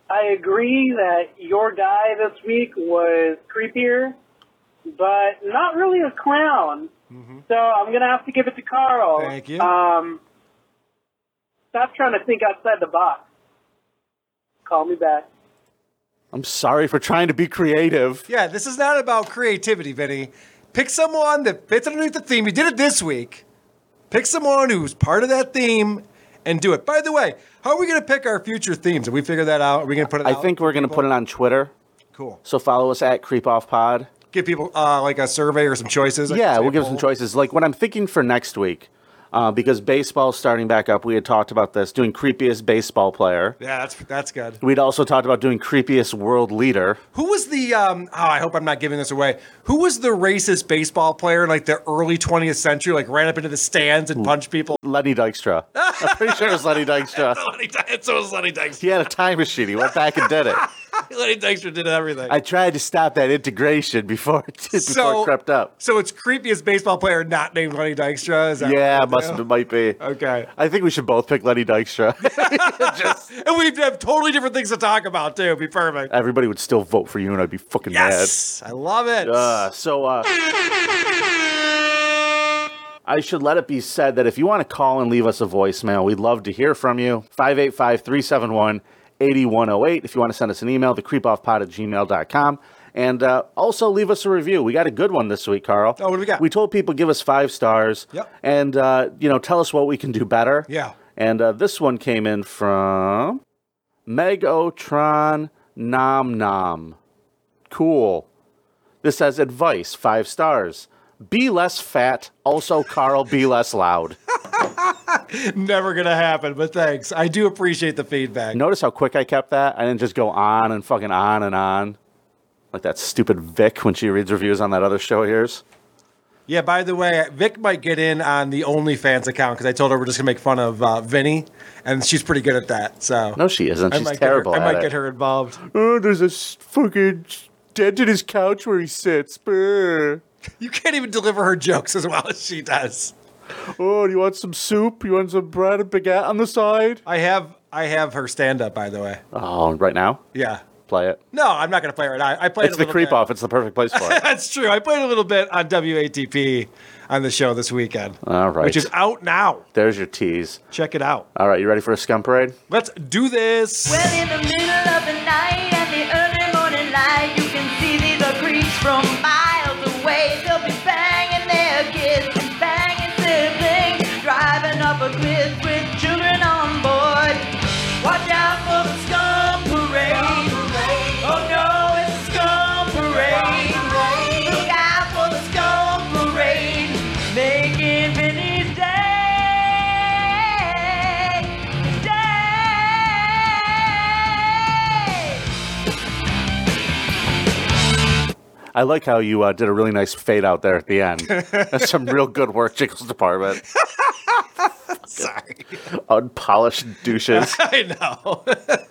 [SPEAKER 14] I agree that your guy this week was creepier, but not really a clown. So I'm gonna have to give it to
[SPEAKER 13] Oh,
[SPEAKER 14] Carl.
[SPEAKER 2] Mm-hmm. Thank
[SPEAKER 13] uh,
[SPEAKER 2] you.
[SPEAKER 14] Um, stop trying to think outside the box. Call me back.
[SPEAKER 1] I'm sorry for trying to be creative.
[SPEAKER 2] Yeah, this is not about creativity, Vinny. Pick someone that fits underneath the theme. You did it this week. Pick someone who's part of that theme and do it. By the way, how are we going to pick our future themes? Did we figure that out? Are we going to put it
[SPEAKER 1] I
[SPEAKER 2] out?
[SPEAKER 1] think we're going to put it on Twitter.
[SPEAKER 2] Cool.
[SPEAKER 1] So follow us at Creep Off Pod.
[SPEAKER 2] Give people uh, like a survey or some choices. like
[SPEAKER 1] Yeah, we'll give
[SPEAKER 2] example.
[SPEAKER 1] some choices. Like what I'm thinking for next week, uh, because baseball's starting back up. We had talked about this doing creepiest baseball player.
[SPEAKER 2] Yeah, that's that's good.
[SPEAKER 1] We'd also talked about doing creepiest world leader.
[SPEAKER 2] Who was the? Um, oh, I hope I'm not giving this away. Who was the racist baseball player in like the early 20th century? Like ran up into the stands and punched people.
[SPEAKER 1] Lenny Dykstra. I'm pretty sure it was Lenny Dykstra.
[SPEAKER 2] Lenny Dykstra. So was Lenny Dykstra.
[SPEAKER 1] He had a time machine. He went back and did it.
[SPEAKER 2] Lenny Dykstra did everything.
[SPEAKER 1] I tried to stop that integration before it, before it crept up.
[SPEAKER 2] So it's creepiest baseball player not named Lenny Dykstra. Is that
[SPEAKER 1] Yeah,
[SPEAKER 2] what
[SPEAKER 1] must
[SPEAKER 2] it
[SPEAKER 1] it might be.
[SPEAKER 2] Okay.
[SPEAKER 1] I think we should both pick Lenny Dykstra.
[SPEAKER 2] is? and we'd have totally different things to talk about too. It'd be perfect.
[SPEAKER 1] Everybody would still vote for you, and I'd be fucking
[SPEAKER 2] Yes, I love it.
[SPEAKER 1] mad. Uh, so, uh, I should let it be said that if you want to call and leave us a voicemail, we'd love to hear from you. 585 371 8108. If you want to send us an email, thecreepoffpod at gmail.com. And uh, also leave us a review. We got a good one this week, Carl. Oh, what do we got? We told people give us five stars.
[SPEAKER 2] Yep.
[SPEAKER 1] And, uh, you know, tell us what we can do better.
[SPEAKER 2] Yeah.
[SPEAKER 1] And uh, this one came in from Megotron Nom Nom. Cool. This says advice, five stars. Be less fat. Also, Carl, be less loud.
[SPEAKER 2] Never gonna happen, but thanks. I do appreciate the feedback.
[SPEAKER 1] Notice how quick I kept that. I didn't just go on and fucking on and on. Like that stupid Vic when she reads reviews on that other show of yours.
[SPEAKER 2] Yeah, by the way, Vic might get in on the OnlyFans account because I told her we're just gonna make fun of uh, Vinny, and she's pretty good at that. So
[SPEAKER 1] No, she isn't.
[SPEAKER 2] I
[SPEAKER 1] She's
[SPEAKER 2] might get her-
[SPEAKER 1] terrible
[SPEAKER 2] I
[SPEAKER 1] at
[SPEAKER 2] might
[SPEAKER 1] it.
[SPEAKER 2] get her involved.
[SPEAKER 1] Oh, there's a s- fucking dent in his couch where he sits. Brr.
[SPEAKER 2] You can't even deliver her jokes as well as she does.
[SPEAKER 1] Oh, do you want some soup? You want some bread and baguette on the side?
[SPEAKER 2] I have I have her stand up by the way.
[SPEAKER 1] Oh, right now?
[SPEAKER 2] Yeah.
[SPEAKER 1] Play it.
[SPEAKER 2] No, I'm not going to play it right now. I played
[SPEAKER 1] it's the
[SPEAKER 2] a little
[SPEAKER 1] creep
[SPEAKER 2] bit.
[SPEAKER 1] off. It's the perfect place for it.
[SPEAKER 2] That's true. I played a little bit on WATP on the show this weekend,
[SPEAKER 1] All right.
[SPEAKER 2] which is out now.
[SPEAKER 1] There's your tease.
[SPEAKER 2] Check it out.
[SPEAKER 1] All right, you ready for a scum parade?
[SPEAKER 2] Let's do this.
[SPEAKER 15] Well, in the middle of the night and the early morning light, you can see these are creeps from miles away. They'll be banging their kids and banging siblings, driving up a cliff with children on board. Watch out for the scum parade. Oh no, it's a scum parade. Look out for the scum parade, making Vinny's day.
[SPEAKER 1] I like how you uh, did a really nice fade out there at the end. That's some real good work, Jiggles Department.
[SPEAKER 2] Sorry.
[SPEAKER 1] Unpolished douches.
[SPEAKER 2] I know.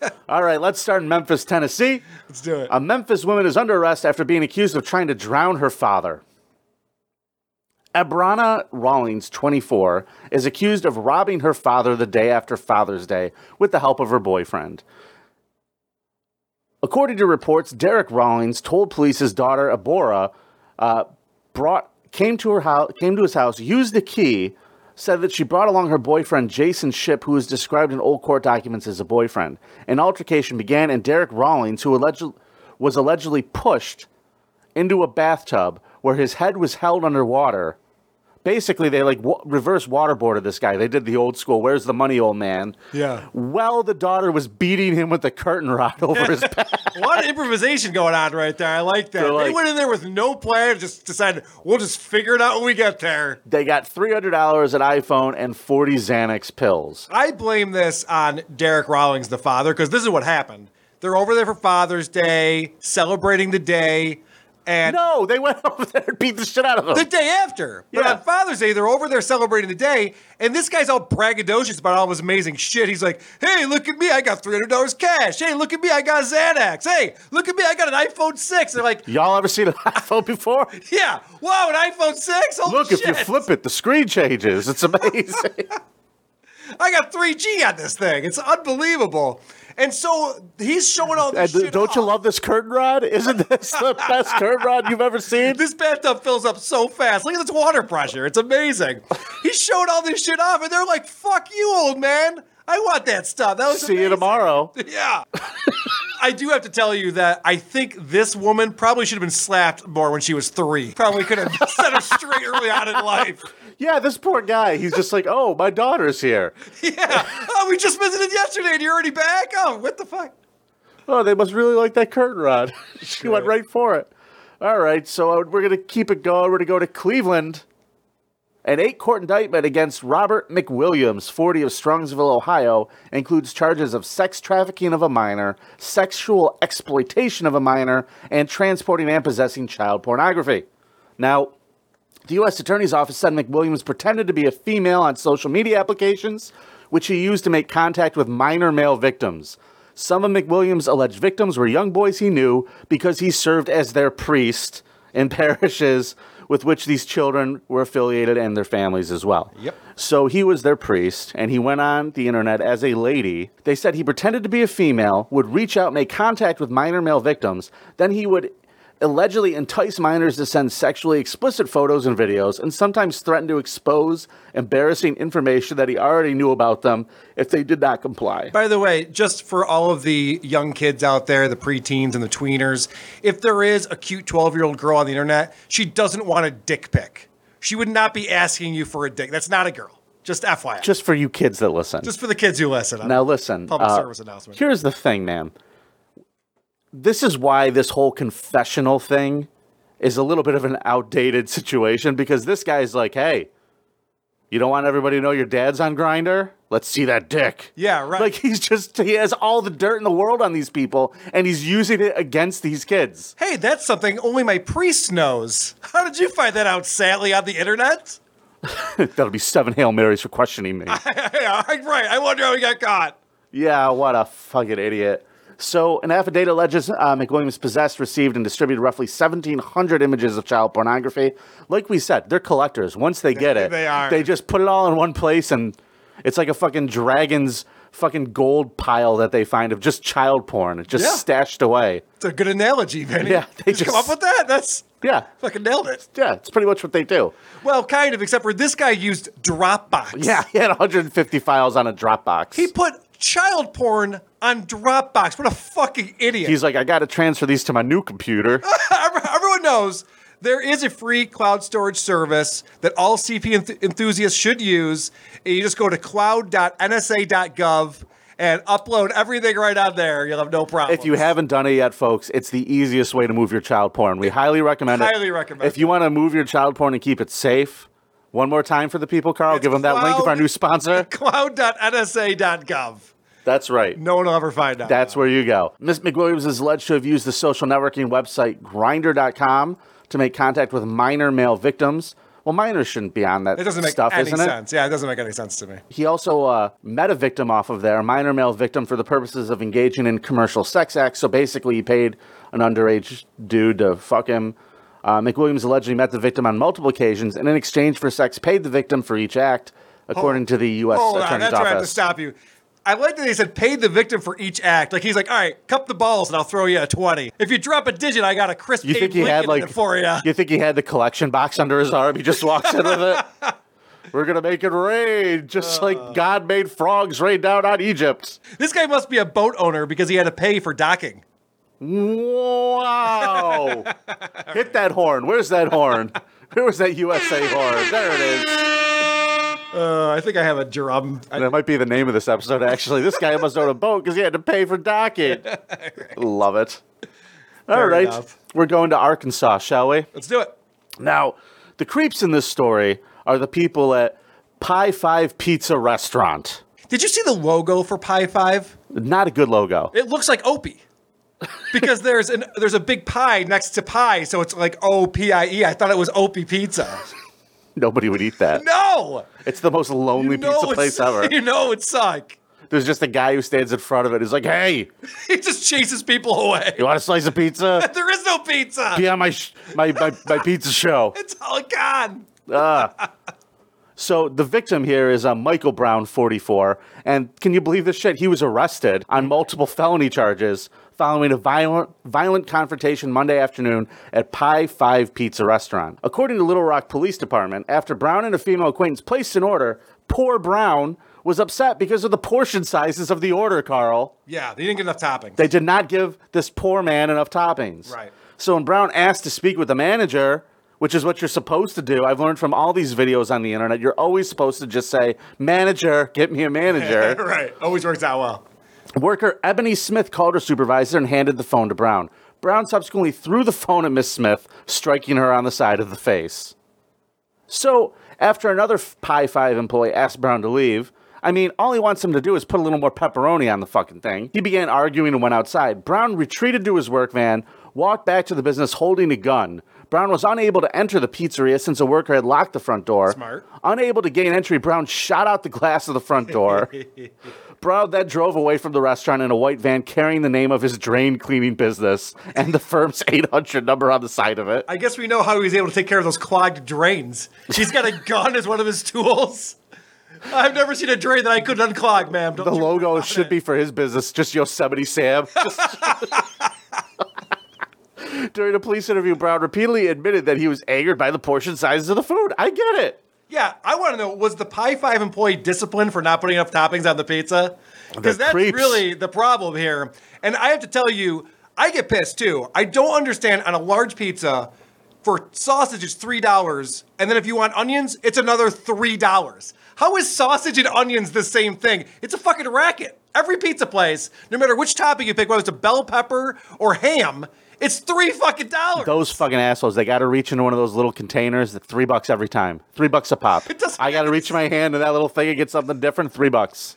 [SPEAKER 1] All right, let's start in Memphis, Tennessee.
[SPEAKER 2] Let's do it.
[SPEAKER 1] A Memphis woman is under arrest after being accused of trying to drown her father. Ebrana Rawlings, 24, is accused of robbing her father the day after Father's Day with the help of her boyfriend. According to reports, Derek Rawlings told police his daughter Abora uh, brought came to her house, came to his house, used the key, said that she brought along her boyfriend Jason Ship, who is described in old court documents as a boyfriend. An altercation began, and Derek Rawlings, who alleged, was allegedly pushed into a bathtub where his head was held underwater. Basically, they like w- reverse waterboarded this guy. They did the old school "Where's the money, old man?"
[SPEAKER 2] Yeah.
[SPEAKER 1] While the daughter was beating him with a curtain rod over his back.
[SPEAKER 2] a lot of improvisation going on right there. I like that.
[SPEAKER 1] They're
[SPEAKER 2] they
[SPEAKER 1] like-
[SPEAKER 2] went in there with no plan, just decided we'll just figure it out when we get there.
[SPEAKER 1] They got three hundred dollars, an iPhone, and forty Xanax pills.
[SPEAKER 2] I blame this on Derek Rawlings, the father, because this is what happened. They're over there for Father's Day, celebrating the day, and
[SPEAKER 1] no, they went over there and beat the shit out of him
[SPEAKER 2] the day after. But on Father's Day, they're over there celebrating the day, and this guy's all braggadocious about all this amazing shit. He's like, "Hey, look at me! I got three hundred dollars cash. Hey, look at me! I got Xanax. Hey, look at me! I got an iPhone 6. They're like,
[SPEAKER 1] Y'all ever seen an iPhone before?
[SPEAKER 2] "Yeah, wow, an iPhone 6? Holy
[SPEAKER 1] Look, if you
[SPEAKER 2] shit.
[SPEAKER 1] flip it, the screen changes. It's amazing.
[SPEAKER 2] I got three G on this thing. It's unbelievable." And so he's showing all
[SPEAKER 1] and
[SPEAKER 2] this shit
[SPEAKER 1] don't you love this curtain rod? Isn't this the best curtain rod you've ever seen?
[SPEAKER 2] This bathtub fills up so fast. Look at this water pressure. It's amazing. He showed all this shit off, and they're like, fuck you, old man. I want that stuff. That was
[SPEAKER 1] See you tomorrow.
[SPEAKER 2] Yeah. I do have to tell you that I think this woman probably should have been slapped more when she was three. Probably could have set her straight early on in life.
[SPEAKER 1] Yeah, this poor guy. He's just like, oh, my daughter's here.
[SPEAKER 2] Yeah. Oh, we just visited yesterday and you're already back? Oh, what the fuck?
[SPEAKER 1] Oh, they must really like that curtain rod. she went right for it. All right, so uh, we're going to keep it going. We're going to go to Cleveland. An eight court indictment against Robert McWilliams, 40 of Strongsville, Ohio, includes charges of sex trafficking of a minor, sexual exploitation of a minor, and transporting and possessing child pornography. Now, the U.S. Attorney's Office said McWilliams pretended to be a female on social media applications, which he used to make contact with minor male victims. Some of McWilliams' alleged victims were young boys he knew because he served as their priest in parishes with which these children were affiliated and their families as well. Yep. So he was their priest, and he went on the internet as a lady. They said he pretended to be a female, would reach out, make contact with minor male victims, then he would allegedly entice minors to send sexually explicit photos and videos, and sometimes threaten to expose embarrassing information that he already knew about them if they did not comply.
[SPEAKER 2] By the way, just for all of the young kids out there, the preteens and the tweeners, if there is a cute 12 year old girl on the internet, she doesn't want a dick pic. She would not be asking you for a dick. That's not a girl. Just FYI.
[SPEAKER 1] Just for you kids that listen.
[SPEAKER 2] Just for the kids who listen. I'm-
[SPEAKER 1] Now listen.
[SPEAKER 2] Public
[SPEAKER 1] uh,
[SPEAKER 2] service announcement.
[SPEAKER 1] Here's the thing, man. This is why this whole confessional thing is a little bit of an outdated situation because this guy's like, hey, you don't want everybody to know your dad's on grinder? Let's see that dick.
[SPEAKER 2] Yeah, right.
[SPEAKER 1] Like he's just he has all the dirt in the world on these people and he's using it against these kids.
[SPEAKER 2] Hey, that's something only my priest knows. How did you find that out, sadly, on the internet?
[SPEAKER 1] That'll be seven Hail Marys for questioning me.
[SPEAKER 2] yeah, right. I wonder how he got caught.
[SPEAKER 1] Yeah, what a fucking idiot. So, an affidavit alleges uh, McWilliams possessed, received, and distributed roughly 1,700 images of child pornography. Like we said, they're collectors. Once they get it,
[SPEAKER 2] they are.
[SPEAKER 1] they just put it all in one place, and it's like a fucking dragon's fucking gold pile that they find of just child porn, It's just
[SPEAKER 2] Yeah.
[SPEAKER 1] stashed away.
[SPEAKER 2] It's a good analogy, Vinny.
[SPEAKER 1] Yeah, they
[SPEAKER 2] Did you come
[SPEAKER 1] just-
[SPEAKER 2] up with that? That's
[SPEAKER 1] yeah,
[SPEAKER 2] fucking nailed it.
[SPEAKER 1] Yeah, it's pretty much what they do.
[SPEAKER 2] Well, kind of, except for this guy used Dropbox.
[SPEAKER 1] Yeah, he had 150 files on a Dropbox.
[SPEAKER 2] He put child porn on Dropbox. What a fucking idiot.
[SPEAKER 1] He's like, I got to transfer these to my new computer.
[SPEAKER 2] Everyone knows there is a free cloud storage service that all CP enth- enthusiasts should use. And you just go to cloud.nsa.gov and upload everything right on there. You'll have no problem.
[SPEAKER 1] If you haven't done it yet, folks, it's the easiest way to move your child porn. We highly recommend it.
[SPEAKER 2] Highly recommend
[SPEAKER 1] If you want to move your child porn and keep it safe, one more time for the people, Carl. give them that link of our new sponsor.
[SPEAKER 2] Cloud.nsa.gov.
[SPEAKER 1] That's right.
[SPEAKER 2] No one will ever find out.
[SPEAKER 1] That's where you go. Miss McWilliams is alleged to have used the social networking website Grinder.com to make contact with minor male victims. Well, minors shouldn't be on that
[SPEAKER 2] it doesn't make
[SPEAKER 1] stuff,
[SPEAKER 2] any
[SPEAKER 1] isn't it?
[SPEAKER 2] sense. Yeah, it doesn't make any sense to me.
[SPEAKER 1] He also uh, met a victim off of there, a minor male victim, for the purposes of engaging in commercial sex acts. So basically, he paid an underage dude to fuck him. Uh, McWilliams allegedly met the victim on multiple occasions, and in exchange for sex, paid the victim for each act, according to the U.S.
[SPEAKER 2] Hold on,
[SPEAKER 1] Attorney's
[SPEAKER 2] that's where I have to
[SPEAKER 1] Office.
[SPEAKER 2] stop you. I like that they said paid the victim for each act. Like he's like, all right, cup the balls and I'll throw you a twenty. If you drop a digit, I got a crisp
[SPEAKER 1] You
[SPEAKER 2] Abe
[SPEAKER 1] think he
[SPEAKER 2] Lincoln
[SPEAKER 1] had
[SPEAKER 2] in
[SPEAKER 1] like?
[SPEAKER 2] it for you.
[SPEAKER 1] You think he had the collection box under his arm? He just walks in with it. We're gonna make it rain, just
[SPEAKER 2] Uh.
[SPEAKER 1] like God made frogs rain down on Egypt.
[SPEAKER 2] This guy must be a boat owner because he had to pay for docking.
[SPEAKER 1] Wow! Hit that horn. Where's that horn? Where was that USA horn? There it is.
[SPEAKER 2] Uh, I think I have a drum.
[SPEAKER 1] that might be the name of this episode, actually. This guy must own a boat because he had to pay for docking. Love it. All
[SPEAKER 2] Fair
[SPEAKER 1] right.
[SPEAKER 2] enough.
[SPEAKER 1] We're going to Arkansas, shall we?
[SPEAKER 2] Let's do it.
[SPEAKER 1] Now, the creeps in this story are the people at Pie Five Pizza Restaurant.
[SPEAKER 2] Did you see the logo for Pie Five?
[SPEAKER 1] Not a good logo.
[SPEAKER 2] It looks like Opie. because there's an there's a big pie next to pie, so it's like O P I E. I thought it was Opie Pizza.
[SPEAKER 1] Nobody would eat that.
[SPEAKER 2] No,
[SPEAKER 1] It's the most lonely
[SPEAKER 2] no,
[SPEAKER 1] pizza
[SPEAKER 2] it's-
[SPEAKER 1] place ever.
[SPEAKER 2] You know it suck.
[SPEAKER 1] There's just a guy who stands in front of it. He's like, hey,
[SPEAKER 2] He just chases people away.
[SPEAKER 1] you want a slice of pizza?
[SPEAKER 2] There is no pizza.
[SPEAKER 1] be on my sh- my, my my pizza show.
[SPEAKER 2] It's all gone.
[SPEAKER 1] Ah. So the victim here is uh, Michael Brown, 44, and can you believe this shit? He was arrested on multiple felony charges following a violent violent confrontation Monday afternoon at Pie Five Pizza Restaurant. According to Little Rock Police Department, after Brown and a female acquaintance placed an order, poor Brown was upset because of the portion sizes of the order. Carl.
[SPEAKER 2] Yeah, they didn't get enough toppings.
[SPEAKER 1] They did not give this poor man enough toppings.
[SPEAKER 2] Right.
[SPEAKER 1] So when Brown asked to speak with the manager, which is what you're supposed to do, I've learned from all these videos on the internet, you're always supposed to just say, "Manager, get me a manager."
[SPEAKER 2] right. Always works out well.
[SPEAKER 1] Worker Ebony Smith called her supervisor and handed the phone to Brown. Brown subsequently threw the phone at Miss Smith, striking her on the side of the face. So, after another F- Pi 5 employee asked Brown to leave, I mean, all he wants him to do is put a little more pepperoni on the fucking thing. He began arguing and went outside. Brown retreated to his work van, walked back to the business holding a gun. Brown was unable to enter the pizzeria since a worker had locked the front door. Smart. Unable to gain entry, Brown shot out the glass of the front door. Brown then drove away from the restaurant in a white van carrying the name of his drain cleaning business and the firm's 800 number on the side of it.
[SPEAKER 2] I guess we know how he's able to take care of those clogged drains. He's got a gun as one of his tools. I've never seen a drain that I couldn't unclog, ma'am. Don't
[SPEAKER 1] The
[SPEAKER 2] you-
[SPEAKER 1] logo should be for his business, just Yosemite Sam. Just- During a police interview, Brown repeatedly admitted that he was angered by the portion sizes of the food. I get it.
[SPEAKER 2] Yeah, I want to know was the Pie Five employee disciplined for not putting enough toppings on the pizza? Because
[SPEAKER 1] They're
[SPEAKER 2] that's
[SPEAKER 1] creeps.
[SPEAKER 2] really the problem here. And I have to tell you, I get pissed too. I don't understand on a large pizza for sausage it's three dollars, and then if you want onions, it's another three dollars. How is sausage and onions the same thing? It's a fucking racket. Every pizza place, no matter which topping you pick, whether it's a bell pepper or ham, it's three fucking dollars.
[SPEAKER 1] Those fucking assholes, they got to reach into one of those little containers that three bucks every time. Three bucks a pop. I got to reach my hand in that little thing and get something different. Three bucks.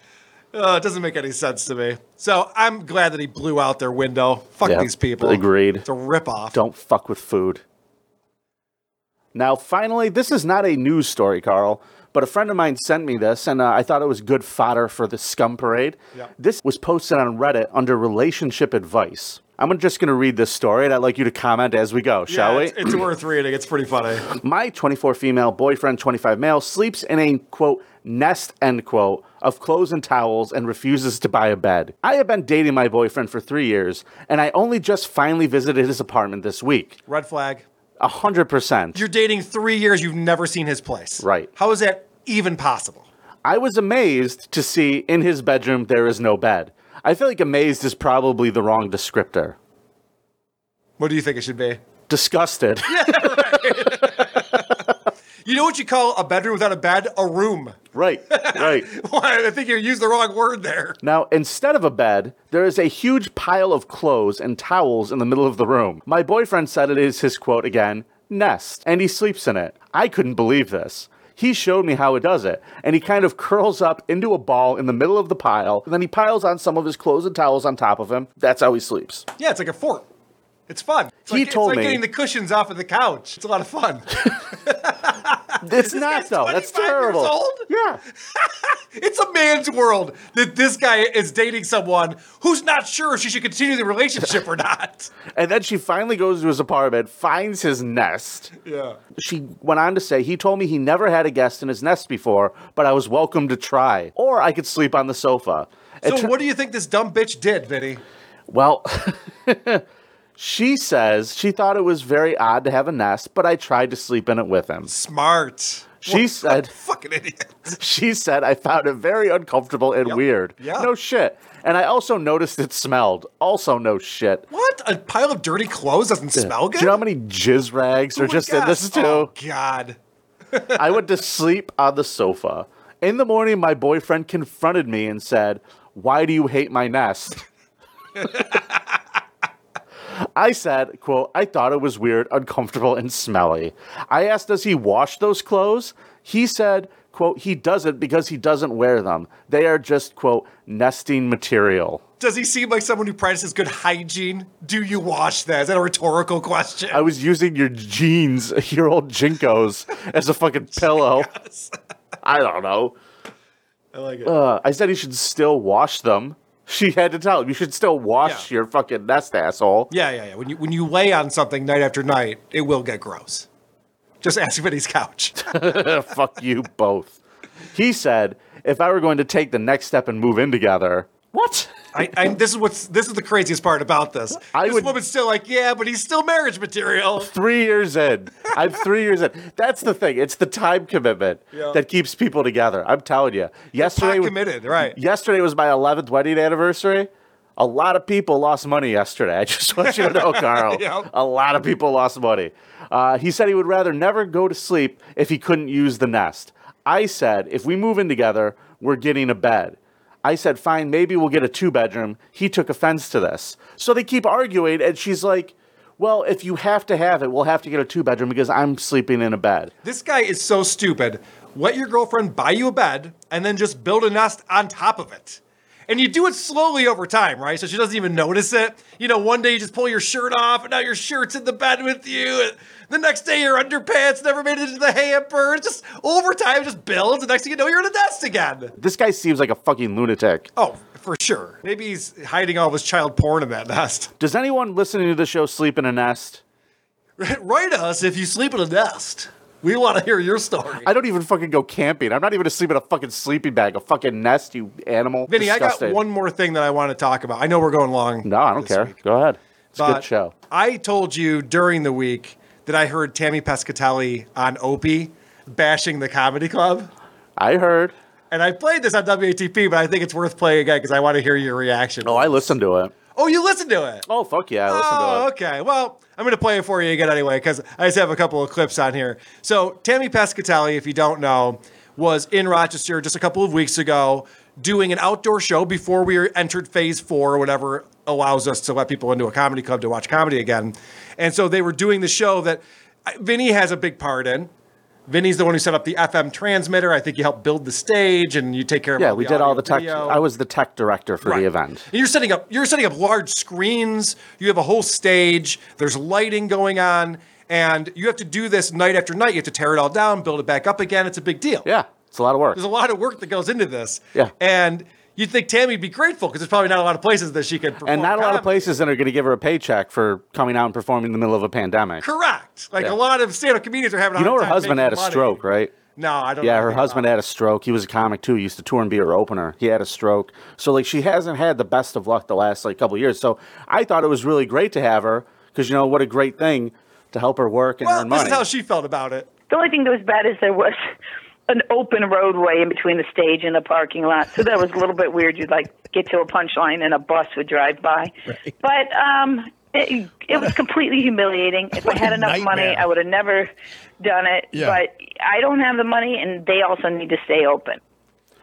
[SPEAKER 2] Uh, it doesn't make any sense to me. So I'm glad that he blew out their window. Fuck
[SPEAKER 1] Yeah,
[SPEAKER 2] these people.
[SPEAKER 1] Agreed. It's
[SPEAKER 2] a ripoff.
[SPEAKER 1] Don't fuck with food. Now, finally, this is not a news story, Carl, but a friend of mine sent me this, and uh, I thought it was good fodder for the scum parade.
[SPEAKER 3] Yeah.
[SPEAKER 1] This was posted on Reddit under relationship advice. I'm just going to read this story, and I'd like you to comment as we go, shall
[SPEAKER 2] Yeah,
[SPEAKER 1] we?
[SPEAKER 2] It's, it's worth reading. It's pretty funny.
[SPEAKER 1] My 24 female boyfriend, 25 male, sleeps in a quote nest end quote of clothes and towels and refuses to buy a bed. I have been dating my boyfriend for three years, and I only just finally visited his apartment this week.
[SPEAKER 2] Red flag.
[SPEAKER 1] A hundred percent.
[SPEAKER 2] You're dating three years. You've never seen his place.
[SPEAKER 1] Right.
[SPEAKER 2] How is that even possible?
[SPEAKER 1] I was amazed to see in his bedroom there is no bed. I feel like amazed is probably the wrong descriptor.
[SPEAKER 2] What do you think it should be?
[SPEAKER 1] Disgusted.
[SPEAKER 2] You know what you call a bedroom without a bed? A room.
[SPEAKER 1] Right. Right.
[SPEAKER 2] Why? I think you used the wrong word there.
[SPEAKER 1] Now, instead of a bed, there is a huge pile of clothes and towels in the middle of the room. My boyfriend said it is his quote again, nest, and he sleeps in it. I couldn't believe this. He showed me how it does it, and he kind of curls up into a ball in the middle of the pile, and then he piles on some of his clothes and towels on top of him. That's how he sleeps.
[SPEAKER 2] Yeah, it's like a fort. It's fun. It's
[SPEAKER 1] He
[SPEAKER 2] like,
[SPEAKER 1] told
[SPEAKER 2] it's like
[SPEAKER 1] me-
[SPEAKER 2] getting the cushions off of the couch. It's a lot of fun.
[SPEAKER 1] It's not though. That's terrible.
[SPEAKER 2] Years old?
[SPEAKER 1] Yeah.
[SPEAKER 2] it's a man's world that this guy is dating someone who's not sure if she should continue the relationship or not.
[SPEAKER 1] And then she finally goes to his apartment, finds his nest.
[SPEAKER 2] Yeah.
[SPEAKER 1] She went on to say, He told me he never had a guest in his nest before, but I was welcome to try. Or I could sleep on the sofa. It
[SPEAKER 2] So
[SPEAKER 1] tur-
[SPEAKER 2] what do you think this dumb bitch did, Vinny?
[SPEAKER 1] well, she says she thought it was very odd to have a nest, but I tried to sleep in it with him.
[SPEAKER 2] Smart.
[SPEAKER 1] She
[SPEAKER 2] What
[SPEAKER 1] said,
[SPEAKER 2] "Fucking idiot."
[SPEAKER 1] She said, "I found it very uncomfortable and weird.
[SPEAKER 2] Yeah.
[SPEAKER 1] No shit." And I also noticed it smelled. Also, no shit.
[SPEAKER 2] What? A pile of dirty clothes doesn't smell good?
[SPEAKER 1] Do you know how many jizz rags are just in this too?
[SPEAKER 2] Oh God.
[SPEAKER 1] I went to sleep on the sofa. In the morning, my boyfriend confronted me and said, Why do you hate my nest? I said, quote, I thought it was weird, uncomfortable, and smelly. I asked, does he wash those clothes? He said, quote, he doesn't because he doesn't wear them. They are just, quote, nesting material.
[SPEAKER 2] Does he seem like someone who practices good hygiene? Do you wash that? Is that a rhetorical question?
[SPEAKER 1] I was using your jeans, your old Jinkos, as a fucking pillow. I don't know.
[SPEAKER 2] I like it.
[SPEAKER 1] Uh, I said you should still wash them. She had to tell him you should still wash your fucking nest, asshole.
[SPEAKER 2] yeah, yeah, yeah. When you when you lay on something night after night, it will get gross. Just ask Vinny's couch.
[SPEAKER 1] Fuck you both. He said if I were going to take the next step and move in together, What?
[SPEAKER 2] I, I, this is what's this is the craziest part about this. this woman's still like, yeah, but he's still marriage material.
[SPEAKER 1] three years in, I'm three years in. That's the thing. It's the time commitment
[SPEAKER 2] Yeah.
[SPEAKER 1] that keeps people together. I'm telling you. Yesterday, was-
[SPEAKER 2] committed, right?
[SPEAKER 1] yesterday was my 11th wedding anniversary. A lot of people lost money yesterday. I just want you to know, Carl.
[SPEAKER 2] Yep.
[SPEAKER 1] A lot of people lost money. Uh, he said he would rather never go to sleep if he couldn't use the nest. I said, if we move in together, we're getting a bed. I said, fine, maybe we'll get a two bedroom. He took offense to this. So they keep arguing, and she's like, well, if you have to have it, we'll have to get a two bedroom because I'm sleeping in a bed.
[SPEAKER 2] This guy is so stupid. Let your girlfriend buy you a bed and then just build a nest on top of it. And you do it slowly over time, right? So she doesn't even notice it. You know, one day you just pull your shirt off and now your shirt's in the bed with you. And the next day your underpants never made it into the hamper. It's just over time, it just builds. And next thing you know, you're in a nest again.
[SPEAKER 1] This guy seems like a fucking lunatic.
[SPEAKER 2] Oh, for sure. Maybe he's hiding all of his child porn in that nest.
[SPEAKER 1] Does anyone listening to the show sleep in a nest?
[SPEAKER 2] Write us if you sleep in a nest. We want to hear your story.
[SPEAKER 1] I don't even fucking go camping. I'm not even asleep in a fucking sleeping bag, a fucking nest, you animal.
[SPEAKER 2] Vinny, I got
[SPEAKER 1] Disgusting.
[SPEAKER 2] one more thing that I want to talk about. I know we're going long.
[SPEAKER 1] No, I don't care. Go ahead. It's It's a good show.
[SPEAKER 2] I told you during the week that I heard Tammy Pescatelli on Opie bashing the comedy club.
[SPEAKER 1] I heard.
[SPEAKER 2] And I played this on WATP, but I think it's worth playing again because I want to hear your reaction.
[SPEAKER 1] Oh, I listened to it.
[SPEAKER 2] Oh, you listened to it?
[SPEAKER 1] Oh, fuck yeah, I listened to it.
[SPEAKER 2] Oh, okay. Well, I'm going to play it for you again anyway because I just have a couple of clips on here. So, Tammy Pescatelli, if you don't know, was in Rochester just a couple of weeks ago doing an outdoor show before we entered phase four or whatever allows us to let people into a comedy club to watch comedy again. And so they were doing the show that I- Vinny has a big part in. Vinny's the one who set up the FM transmitter. I think you helped build the stage and you take care of
[SPEAKER 1] Yeah,
[SPEAKER 2] all
[SPEAKER 1] we did all
[SPEAKER 2] audio
[SPEAKER 1] the tech.
[SPEAKER 2] video.
[SPEAKER 1] I was the tech director for the event.
[SPEAKER 2] And you're setting up you're setting up large screens. You have a whole stage. There's lighting going on, and you have to do this night after night. You have to tear it all down, build it back up again. It's a big deal.
[SPEAKER 1] Yeah, it's a lot of work.
[SPEAKER 2] There's a lot of work that goes into this.
[SPEAKER 1] Yeah.
[SPEAKER 2] and you'd think Tammy'd be grateful because there's probably not a lot of places that she could. Perform
[SPEAKER 1] And not a lot of
[SPEAKER 2] comedy.
[SPEAKER 1] places that are going to give her a paycheck for coming out and performing in the middle of a pandemic.
[SPEAKER 2] Correct. Like
[SPEAKER 1] Yeah.
[SPEAKER 2] a lot of stand-up comedians are having. a
[SPEAKER 1] You know
[SPEAKER 2] hard
[SPEAKER 1] her
[SPEAKER 2] time
[SPEAKER 1] husband
[SPEAKER 2] making
[SPEAKER 1] had a
[SPEAKER 2] money.
[SPEAKER 1] stroke, right?
[SPEAKER 2] No, I don't.
[SPEAKER 1] Yeah,
[SPEAKER 2] know
[SPEAKER 1] her husband had a stroke. He was a comic too. He used to tour and be her opener. He had a stroke. So like she hasn't had the best of luck the last like couple of years. So I thought it was really great to have her because you know what a great thing to help her work and
[SPEAKER 2] Well,
[SPEAKER 1] earn
[SPEAKER 2] this
[SPEAKER 1] money.
[SPEAKER 2] is how she felt about it.
[SPEAKER 16] The only thing that was bad is there was an open roadway in between the stage and the parking lot, so that was a little bit weird. You'd like get to a punchline and a bus would drive by, but um, it, it was completely humiliating. If I had enough money,
[SPEAKER 17] nightmare.
[SPEAKER 16] I would have never done it.
[SPEAKER 1] Yeah.
[SPEAKER 16] But I don't have the money, and they also need to stay open.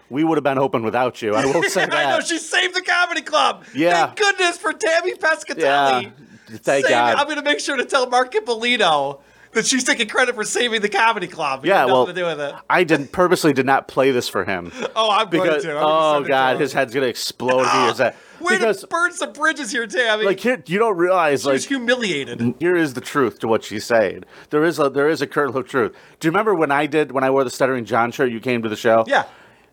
[SPEAKER 1] we would have been open without you. I won't say
[SPEAKER 2] I know
[SPEAKER 1] that.
[SPEAKER 2] she saved the comedy club.
[SPEAKER 1] Yeah.
[SPEAKER 2] Thank goodness for Tammy Pescatelli.
[SPEAKER 1] yeah. Thank
[SPEAKER 2] Save-
[SPEAKER 1] God.
[SPEAKER 2] I'm going to make sure to tell Mark Ippolito that she's taking credit for saving the comedy club. He
[SPEAKER 1] Yeah,
[SPEAKER 2] had
[SPEAKER 1] well-
[SPEAKER 2] nothing to do with it.
[SPEAKER 1] I didn't purposely did not play this for him.
[SPEAKER 2] Oh, I'm
[SPEAKER 1] Because,
[SPEAKER 2] going to. I'm gonna
[SPEAKER 1] oh
[SPEAKER 2] send it to
[SPEAKER 1] God,
[SPEAKER 2] him.
[SPEAKER 1] his head's gonna explode if he hears that.
[SPEAKER 2] Way to burn some bridges here, Tammy.
[SPEAKER 1] Like here, you don't realize
[SPEAKER 2] she
[SPEAKER 1] like
[SPEAKER 2] was humiliated.
[SPEAKER 1] Here is the truth to what she's saying. There is a there is a kernel of truth. Do you remember when I did when I wore the stuttering John shirt? You came to the show.
[SPEAKER 2] Yeah.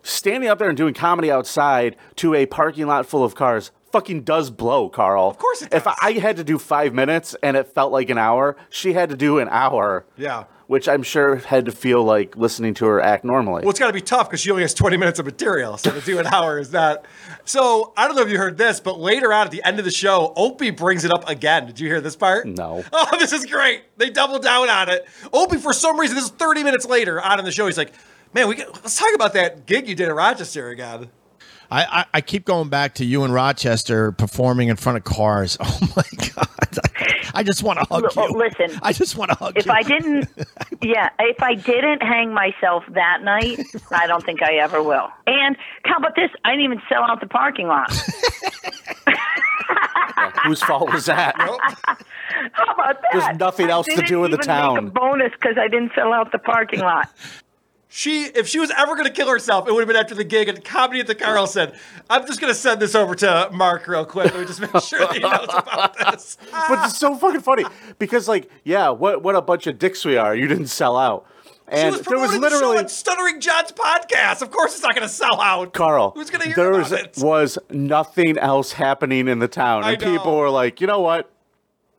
[SPEAKER 1] Standing up there and doing comedy outside to a parking lot full of cars fucking does blow, Carl. Of course it does. If I, I had to do five minutes and it felt like an hour, she had to do an hour.
[SPEAKER 2] Yeah.
[SPEAKER 1] Which I'm sure had to feel like listening to her act normally.
[SPEAKER 2] Well, it's got to be tough because she only has 20 minutes of material. So to do an hour is not. So I don't know if you heard this, but later on at the end of the show, Opie brings it up again. Did you hear this part?
[SPEAKER 1] No.
[SPEAKER 2] Oh, this is great. They double down on it. Opie, for some reason, this is 30 minutes later on in the show. He's like, man, we got, let's talk about that gig you did in Rochester again.
[SPEAKER 17] I, I, I keep going back to you in Rochester performing in front of cars. Oh my god! I just want to hug
[SPEAKER 16] L-
[SPEAKER 17] you.
[SPEAKER 16] Listen,
[SPEAKER 17] I just want to hug
[SPEAKER 16] if
[SPEAKER 17] you.
[SPEAKER 16] I didn't, yeah, if I didn't hang myself that night, I don't think I ever will. And how about this? I didn't even sell out the parking lot.
[SPEAKER 1] Whose fault was that?
[SPEAKER 16] How about that?
[SPEAKER 1] There's nothing else to do in the
[SPEAKER 16] Make a
[SPEAKER 1] town.
[SPEAKER 16] bonus because I didn't fill out the parking lot.
[SPEAKER 2] She, if she was ever going to kill herself, it would have been after the gig at Comedy at the Carlson. I'm just going to send this over to Mark real quick. Let me just make sure that he knows about this.
[SPEAKER 1] but it's so fucking funny because like yeah what what a bunch of dicks we are you didn't sell out and
[SPEAKER 2] she was
[SPEAKER 1] there was
[SPEAKER 2] promoting the show
[SPEAKER 1] literally
[SPEAKER 2] on Stuttering John's podcast. Of course, it's not going to sell out.
[SPEAKER 1] Carl,
[SPEAKER 2] who's going to hear
[SPEAKER 1] there
[SPEAKER 2] about
[SPEAKER 1] was,
[SPEAKER 2] it?
[SPEAKER 1] was nothing else happening in the town,
[SPEAKER 2] I
[SPEAKER 1] and people were like, "You know what?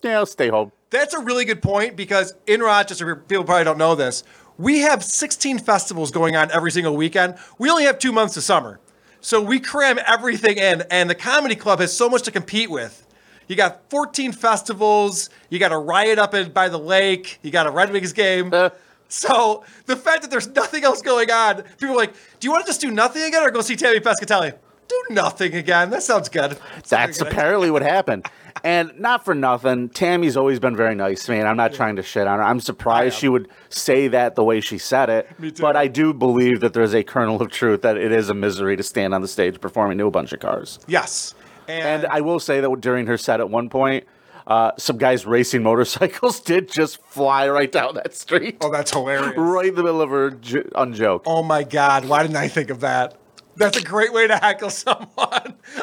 [SPEAKER 1] Yeah, I'll stay home."
[SPEAKER 2] That's a really good point because in Rochester, people probably don't know this. We have 16 festivals going on every single weekend. We only have two months of summer. So we cram everything in, and the comedy club has so much to compete with. You got 14 festivals, you got a riot up in, by the lake, you got a Red Wings game.
[SPEAKER 1] Uh.
[SPEAKER 2] so the fact that there's nothing else going on, people are like, do you want to just do nothing again or go see Tammy Pescatelli? Do nothing again. That sounds good.
[SPEAKER 1] That's apparently what happened. And not for nothing, Tammy's always been very nice to me, and I'm not trying to shit on her. I'm surprised she would say that the way she said it.
[SPEAKER 2] Me too.
[SPEAKER 1] But I do believe that there's a kernel of truth that it is a misery to stand on the stage performing to a bunch of cars.
[SPEAKER 2] Yes. And,
[SPEAKER 1] I will say that during her set at one point, uh, some guys racing motorcycles did just fly right down that street.
[SPEAKER 2] Oh, that's hilarious.
[SPEAKER 1] Right in the middle of her j- unjoke.
[SPEAKER 2] Oh my God, why didn't I think of that? That's a great way to heckle someone.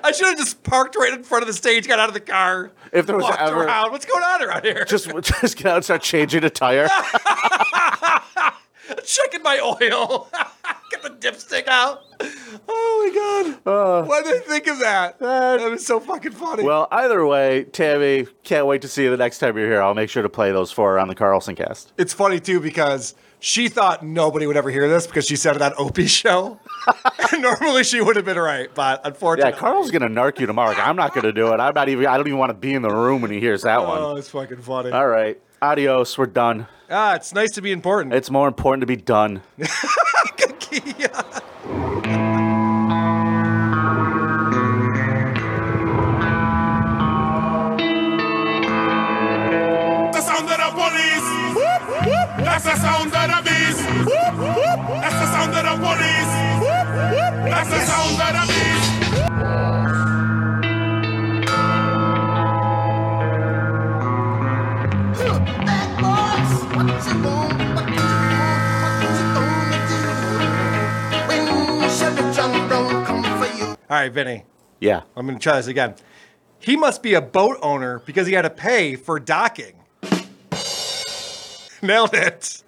[SPEAKER 2] I should have just parked right in front of the stage, got out of the car.
[SPEAKER 1] If there was
[SPEAKER 2] walked
[SPEAKER 1] ever-
[SPEAKER 2] around. what's going on around here?
[SPEAKER 1] Just, just get out and start changing a tire.
[SPEAKER 2] Checking my oil. Can Get the dipstick out. Oh my god. Why did they think of that? That was so fucking funny.
[SPEAKER 1] Uh, Well, either way, Tammy, can't wait to see you the next time you're here. I'll make sure to play those for her on the Carlson cast.
[SPEAKER 2] It's funny too because she thought nobody would ever hear this because she said it on Opie's show. Normally she would have been right, but unfortunately.
[SPEAKER 1] Yeah, Carl's gonna narc you tomorrow. I'm not gonna do it. I'm not even. I don't even want to be in the room when he hears that one.
[SPEAKER 2] Oh, it's fucking funny.
[SPEAKER 1] All right, adios. We're done.
[SPEAKER 2] Ah, it's nice to be important.
[SPEAKER 1] It's more important to be done.
[SPEAKER 3] The sound of the police. Whoop, whoop. That's the sound of the beast. Whoop, whoop. That's the sound of the police. Whoop, whoop. That's the sound of the beast.
[SPEAKER 2] All right, Vinny.
[SPEAKER 1] Yeah.
[SPEAKER 2] I'm going to try this again. He must be a boat owner because he had to pay for docking. Nailed it.